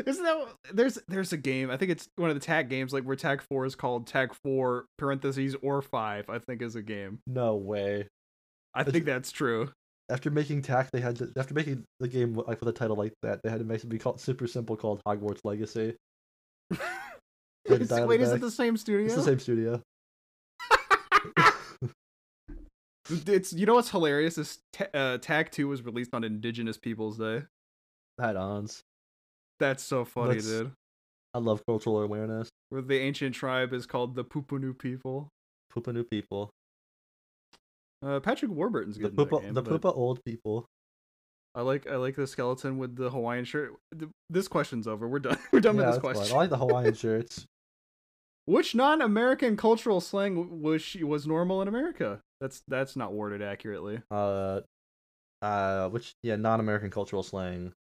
Speaker 1: Isn't that there's there's a game I think it's one of the tag games like where tag four is called tag four parentheses or five I think is a game
Speaker 2: no way.
Speaker 1: I
Speaker 2: It's-
Speaker 1: think that's true
Speaker 2: After making TAC, they had to, after making the game like with a title like that, they had to make something called super simple called Hogwarts Legacy.
Speaker 1: Is- wait
Speaker 2: Like
Speaker 1: is
Speaker 2: Dial
Speaker 1: it
Speaker 2: Back.
Speaker 1: the same studio
Speaker 2: It's the same studio.
Speaker 1: It's- you know what's hilarious is ta- uh, tag two was released on Indigenous Peoples Day
Speaker 2: That ons.
Speaker 1: that's so funny
Speaker 2: That's-
Speaker 1: dude
Speaker 2: I love cultural awareness.
Speaker 1: where the ancient tribe is called the Pupunu people
Speaker 2: Poopa new people.
Speaker 1: uh, Patrick Warburton's
Speaker 2: The
Speaker 1: good in that
Speaker 2: poopa,
Speaker 1: game,
Speaker 2: the
Speaker 1: but-
Speaker 2: poopa old people.
Speaker 1: I like I like the skeleton with the Hawaiian shirt. Th- This question's over. We're done. We're done
Speaker 2: Yeah,
Speaker 1: with this
Speaker 2: that's fine.
Speaker 1: question.
Speaker 2: I like the Hawaiian shirts.
Speaker 1: Which non-American cultural slang was she was normal in America? That's that's not worded accurately.
Speaker 2: Uh, uh, which yeah, non-American cultural slang.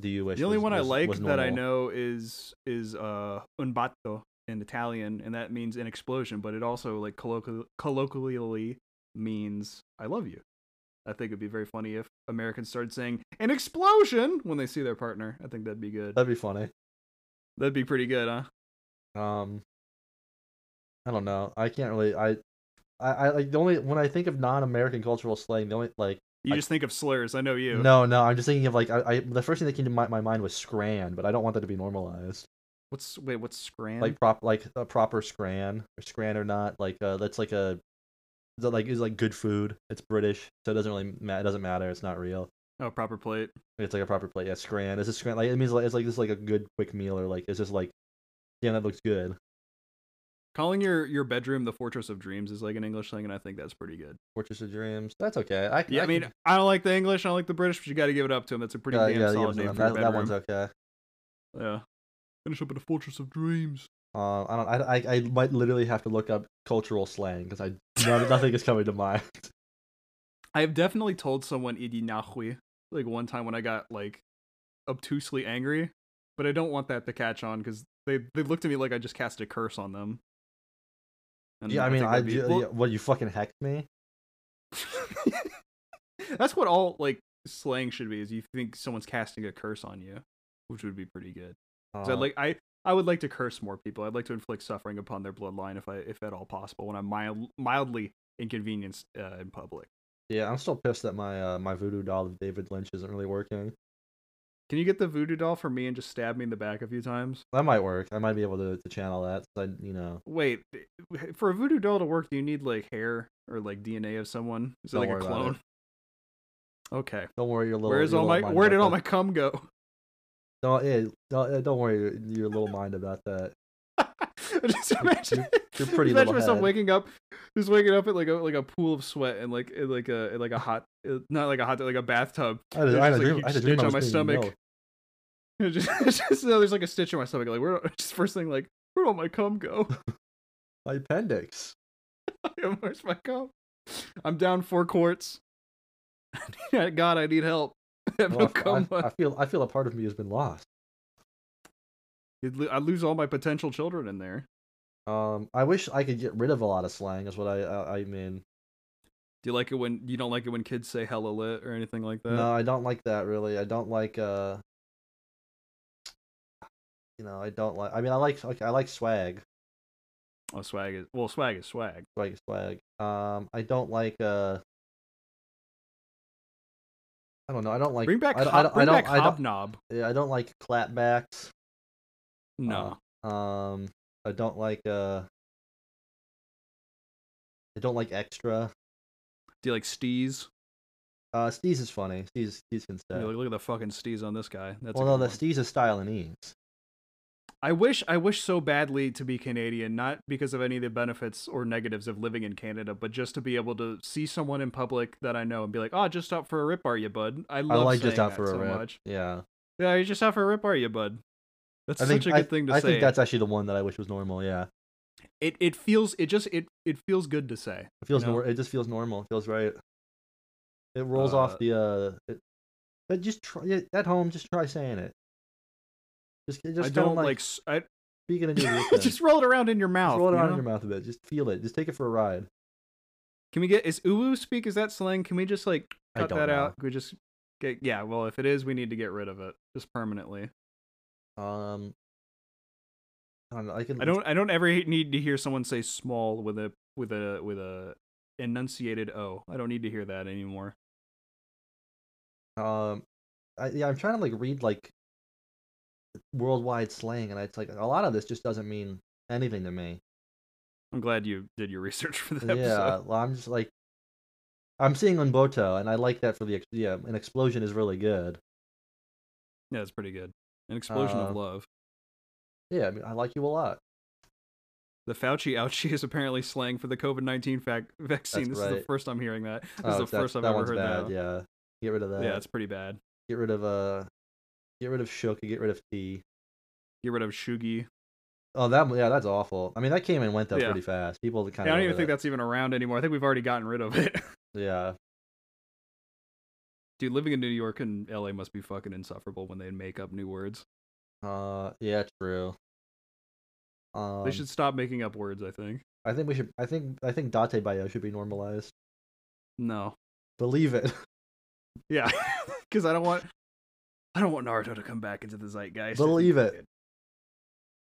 Speaker 2: Do you wish?
Speaker 1: the only
Speaker 2: was-
Speaker 1: one I
Speaker 2: was-
Speaker 1: like
Speaker 2: was
Speaker 1: that I
Speaker 2: normal.
Speaker 1: know is is uh un batto in Italian, and that means an explosion, but it also like colloquial, colloquially means I love you. I think it'd be very funny if Americans started saying an explosion when they see their partner. I think that'd be good.
Speaker 2: That'd be funny.
Speaker 1: That'd be pretty good, huh?
Speaker 2: Um, I don't know. I can't really. I I, I like the only when I think of non-American cultural slang, the only like
Speaker 1: You
Speaker 2: I-
Speaker 1: just think of slurs. I know you.
Speaker 2: no, no, I'm just thinking of like I, I the first thing that came to my, my mind was scran, but I don't want that to be normalized.
Speaker 1: What's wait? What's scran?
Speaker 2: Like prop like a proper scran or scran or not, like uh that's like a that like is like good food. It's British, so it doesn't really matter. It doesn't matter. It's not real.
Speaker 1: oh, proper plate.
Speaker 2: It's like a proper plate. Yeah, scran. Is this scran? Like it means like it's like this is like a good quick meal or like it's just like damn that looks good.
Speaker 1: Calling your your bedroom the fortress of dreams is like an English thing, and I think that's pretty good.
Speaker 2: Fortress of Dreams. That's okay. I
Speaker 1: Yeah, I mean,
Speaker 2: can-
Speaker 1: I don't like the English, I don't like the British, but you got to give it up to them. That's a pretty
Speaker 2: yeah,
Speaker 1: damn
Speaker 2: yeah, the
Speaker 1: solid
Speaker 2: Gibson
Speaker 1: name
Speaker 2: one.
Speaker 1: for a
Speaker 2: that, that
Speaker 1: bedroom.
Speaker 2: one's okay.
Speaker 1: Yeah. Finish up in a fortress of dreams.
Speaker 2: Um, I don't. I, I, I might literally have to look up cultural slang because I none- nothing is coming to mind.
Speaker 1: I have definitely told someone "idi nahui" like one time when I got like obtusely angry, but I don't want that to catch on because they they looked at me like I just cast a curse on them. And
Speaker 2: yeah, I mean,
Speaker 1: think
Speaker 2: I,
Speaker 1: that'd be-
Speaker 2: do-
Speaker 1: well,
Speaker 2: yeah, what you fucking heck me?
Speaker 1: That's what all like slang should be is you think someone's casting a curse on you, which would be pretty good. 'Cause
Speaker 2: Uh,
Speaker 1: I'd like I I would like to curse more people. I'd like to inflict suffering upon their bloodline if I if at all possible when I'm mild, mildly inconvenienced uh, in public.
Speaker 2: yeah, I'm still pissed that my uh, my voodoo doll of David Lynch isn't really working.
Speaker 1: Can you get the voodoo doll for me and just stab me in the back a few times?
Speaker 2: That might work. I might be able to, to channel that. 'cause I, you know,
Speaker 1: Wait, eh, for a voodoo doll to work, do you need like hair or like DNA of someone? Is it
Speaker 2: Don't
Speaker 1: like a
Speaker 2: worry about it.
Speaker 1: clone? Okay.
Speaker 2: don't worry. Your little
Speaker 1: Where's
Speaker 2: your
Speaker 1: all my
Speaker 2: little mind
Speaker 1: where did
Speaker 2: about
Speaker 1: all my cum go?
Speaker 2: that. Don't, yeah, eh, don't, yeah, don't worry your- your little mind about that.
Speaker 1: just imagine,
Speaker 2: your pretty
Speaker 1: imagine
Speaker 2: little
Speaker 1: myself
Speaker 2: head.
Speaker 1: waking up, just waking up at like a like a pool of sweat and like in like a in like a hot uh, not like a hot like a bathtub.
Speaker 2: I had,
Speaker 1: There's
Speaker 2: a- I had
Speaker 1: just,
Speaker 2: a
Speaker 1: like,
Speaker 2: dream.
Speaker 1: huge
Speaker 2: I had a
Speaker 1: stitch
Speaker 2: dream I
Speaker 1: on
Speaker 2: was
Speaker 1: my
Speaker 2: cleaning
Speaker 1: stomach. It
Speaker 2: milk.
Speaker 1: just, it's just no, there's like a stitch in my stomach. Like where just first thing like where all my cum go?
Speaker 2: My appendix.
Speaker 1: Where's my cum? I'm down four quarts. God, I need help. I have
Speaker 2: Well,
Speaker 1: no
Speaker 2: Oh, I f-
Speaker 1: cum
Speaker 2: I,
Speaker 1: left.
Speaker 2: I feel. I feel a part of me has been lost.
Speaker 1: You'd lo- I lose all my potential children in there.
Speaker 2: Um, I wish I could get rid of a lot of slang. Is what I I, I mean.
Speaker 1: Do you like it when you don't like it when kids say hella lit or anything like that?
Speaker 2: no, I don't like that really. I don't like uh. You know, I don't like. I mean, I like like I like swag,
Speaker 1: Oh, swag is well, swag is swag.
Speaker 2: swag, is swag. Um, I don't like uh. I don't know. I don't like.
Speaker 1: Bring back,
Speaker 2: I, don't-
Speaker 1: hob-
Speaker 2: I don't.
Speaker 1: bring
Speaker 2: I don't,
Speaker 1: back
Speaker 2: I don't,
Speaker 1: hobnob.
Speaker 2: yeah, I don't like clapbacks.
Speaker 1: No,
Speaker 2: Um, I don't like uh. I don't like extra.
Speaker 1: do you like steez?
Speaker 2: Uh, steez is funny. Steez, steez can stay.
Speaker 1: You're like, look at the fucking steez on this guy. That's a
Speaker 2: well,
Speaker 1: good
Speaker 2: no, the
Speaker 1: one.
Speaker 2: steez is style and ease.
Speaker 1: I wish I wish so badly to be Canadian, not because of any of the benefits or negatives of living in Canada, but just to be able to see someone in public that I know and be like, "Oh, just out for a rip, are you, bud?" I
Speaker 2: I
Speaker 1: love
Speaker 2: like
Speaker 1: saying
Speaker 2: just out
Speaker 1: that
Speaker 2: for a
Speaker 1: so
Speaker 2: rip.
Speaker 1: much.
Speaker 2: Yeah,
Speaker 1: Yeah, you just out for a rip, are you, bud? That's
Speaker 2: I
Speaker 1: such
Speaker 2: think
Speaker 1: a good
Speaker 2: I,
Speaker 1: thing to
Speaker 2: I
Speaker 1: say.
Speaker 2: think that's actually the one that I wish was normal. Yeah,
Speaker 1: It it feels it just it it feels good to say.
Speaker 2: it feels
Speaker 1: No.
Speaker 2: nor- It just feels normal. It feels right. It rolls off
Speaker 1: Uh,
Speaker 2: the. uh it, but just try yeah, at home. Just try saying it. Just, just
Speaker 1: I
Speaker 2: kinda
Speaker 1: don't
Speaker 2: like,
Speaker 1: like s- I
Speaker 2: speaking into your thing.
Speaker 1: just roll it around in your mouth.
Speaker 2: roll it
Speaker 1: you
Speaker 2: around
Speaker 1: know?
Speaker 2: in your mouth a bit. Just feel it. Just take it for a ride.
Speaker 1: Can we get is uwu speak? Is that slang? Can we just like
Speaker 2: I
Speaker 1: cut
Speaker 2: don't
Speaker 1: that
Speaker 2: know.
Speaker 1: out? Can we just get yeah. Well, if it is, we need to get rid of it just permanently.
Speaker 2: Um, I don't know. I can.
Speaker 1: I don't. I don't ever need to hear someone say small with a with a with a enunciated o. I don't need to hear that anymore.
Speaker 2: Um, I, yeah, I'm trying to like read like worldwide slang, and it's like a lot of this just doesn't mean anything to me.
Speaker 1: I'm glad you did your research for this
Speaker 2: Yeah,
Speaker 1: episode.
Speaker 2: well, I'm just like, I'm seeing Unboto, and I like that for the ex- yeah, an explosion is really good.
Speaker 1: Yeah, it's pretty good. An explosion
Speaker 2: Uh,
Speaker 1: of love.
Speaker 2: Yeah, I mean, I like you a lot.
Speaker 1: The Fauci ouchie is apparently slang for the COVID nineteen fac- vaccine. This is the
Speaker 2: right.
Speaker 1: first I'm hearing that. This
Speaker 2: Oh,
Speaker 1: is the
Speaker 2: that-
Speaker 1: first I've
Speaker 2: that
Speaker 1: ever
Speaker 2: one's
Speaker 1: heard
Speaker 2: bad,
Speaker 1: that.
Speaker 2: Yeah, get rid of that.
Speaker 1: yeah, it's pretty bad.
Speaker 2: get rid of uh, get rid of Shook, get rid of T.
Speaker 1: Get rid of Shugi.
Speaker 2: Oh, that one- yeah, that's awful. I mean, that came and went though
Speaker 1: Yeah.
Speaker 2: pretty fast. People kind
Speaker 1: Yeah, I
Speaker 2: of.
Speaker 1: don't even think that's even around anymore. I think we've already gotten rid of it.
Speaker 2: Yeah,
Speaker 1: Dude, living in New York and LA must be fucking insufferable when they make up new words.
Speaker 2: uh, yeah, true. Um,
Speaker 1: they should stop making up words, I think.
Speaker 2: I think we should. I think. I think Date Bayo should be normalized.
Speaker 1: No.
Speaker 2: Believe it.
Speaker 1: Yeah. Cuz I don't want I don't want Naruto to come back into the zeitgeist.
Speaker 2: Believe it.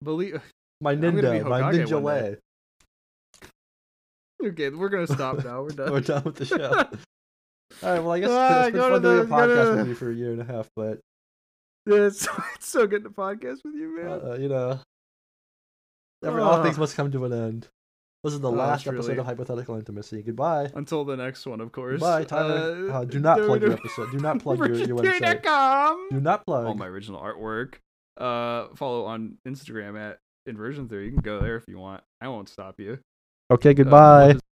Speaker 1: Believe
Speaker 2: My
Speaker 1: I'm gonna be
Speaker 2: ninja. My
Speaker 1: Hokage
Speaker 2: ninja
Speaker 1: one day.
Speaker 2: way.
Speaker 1: Okay, we're gonna stop now. We're done.
Speaker 2: We're done with the show. All right, well, I guess
Speaker 1: Ah,
Speaker 2: it's been, it's
Speaker 1: go to
Speaker 2: been fun doing a
Speaker 1: the- go to
Speaker 2: podcast
Speaker 1: the-
Speaker 2: with you for a year and a half, but
Speaker 1: Yeah, it's, it's so good to podcast with you, man.
Speaker 2: uh, you know, every, all things
Speaker 1: Ah.
Speaker 2: must come to an end. This is the
Speaker 1: Oh,
Speaker 2: last
Speaker 1: it's really-
Speaker 2: episode of Hypothetical Intimacy. Goodbye.
Speaker 1: Until the next one, of course.
Speaker 2: Bye, Tyler. Uh, do not plug your episode. Do not plug your- your website.
Speaker 1: virgintheory.com.
Speaker 2: Do not plug.
Speaker 1: All Oh my original artwork. Uh, follow on Instagram at Inversion Theory. You can go there if you want. I won't stop you.
Speaker 2: Okay,
Speaker 1: Uh,
Speaker 2: goodbye.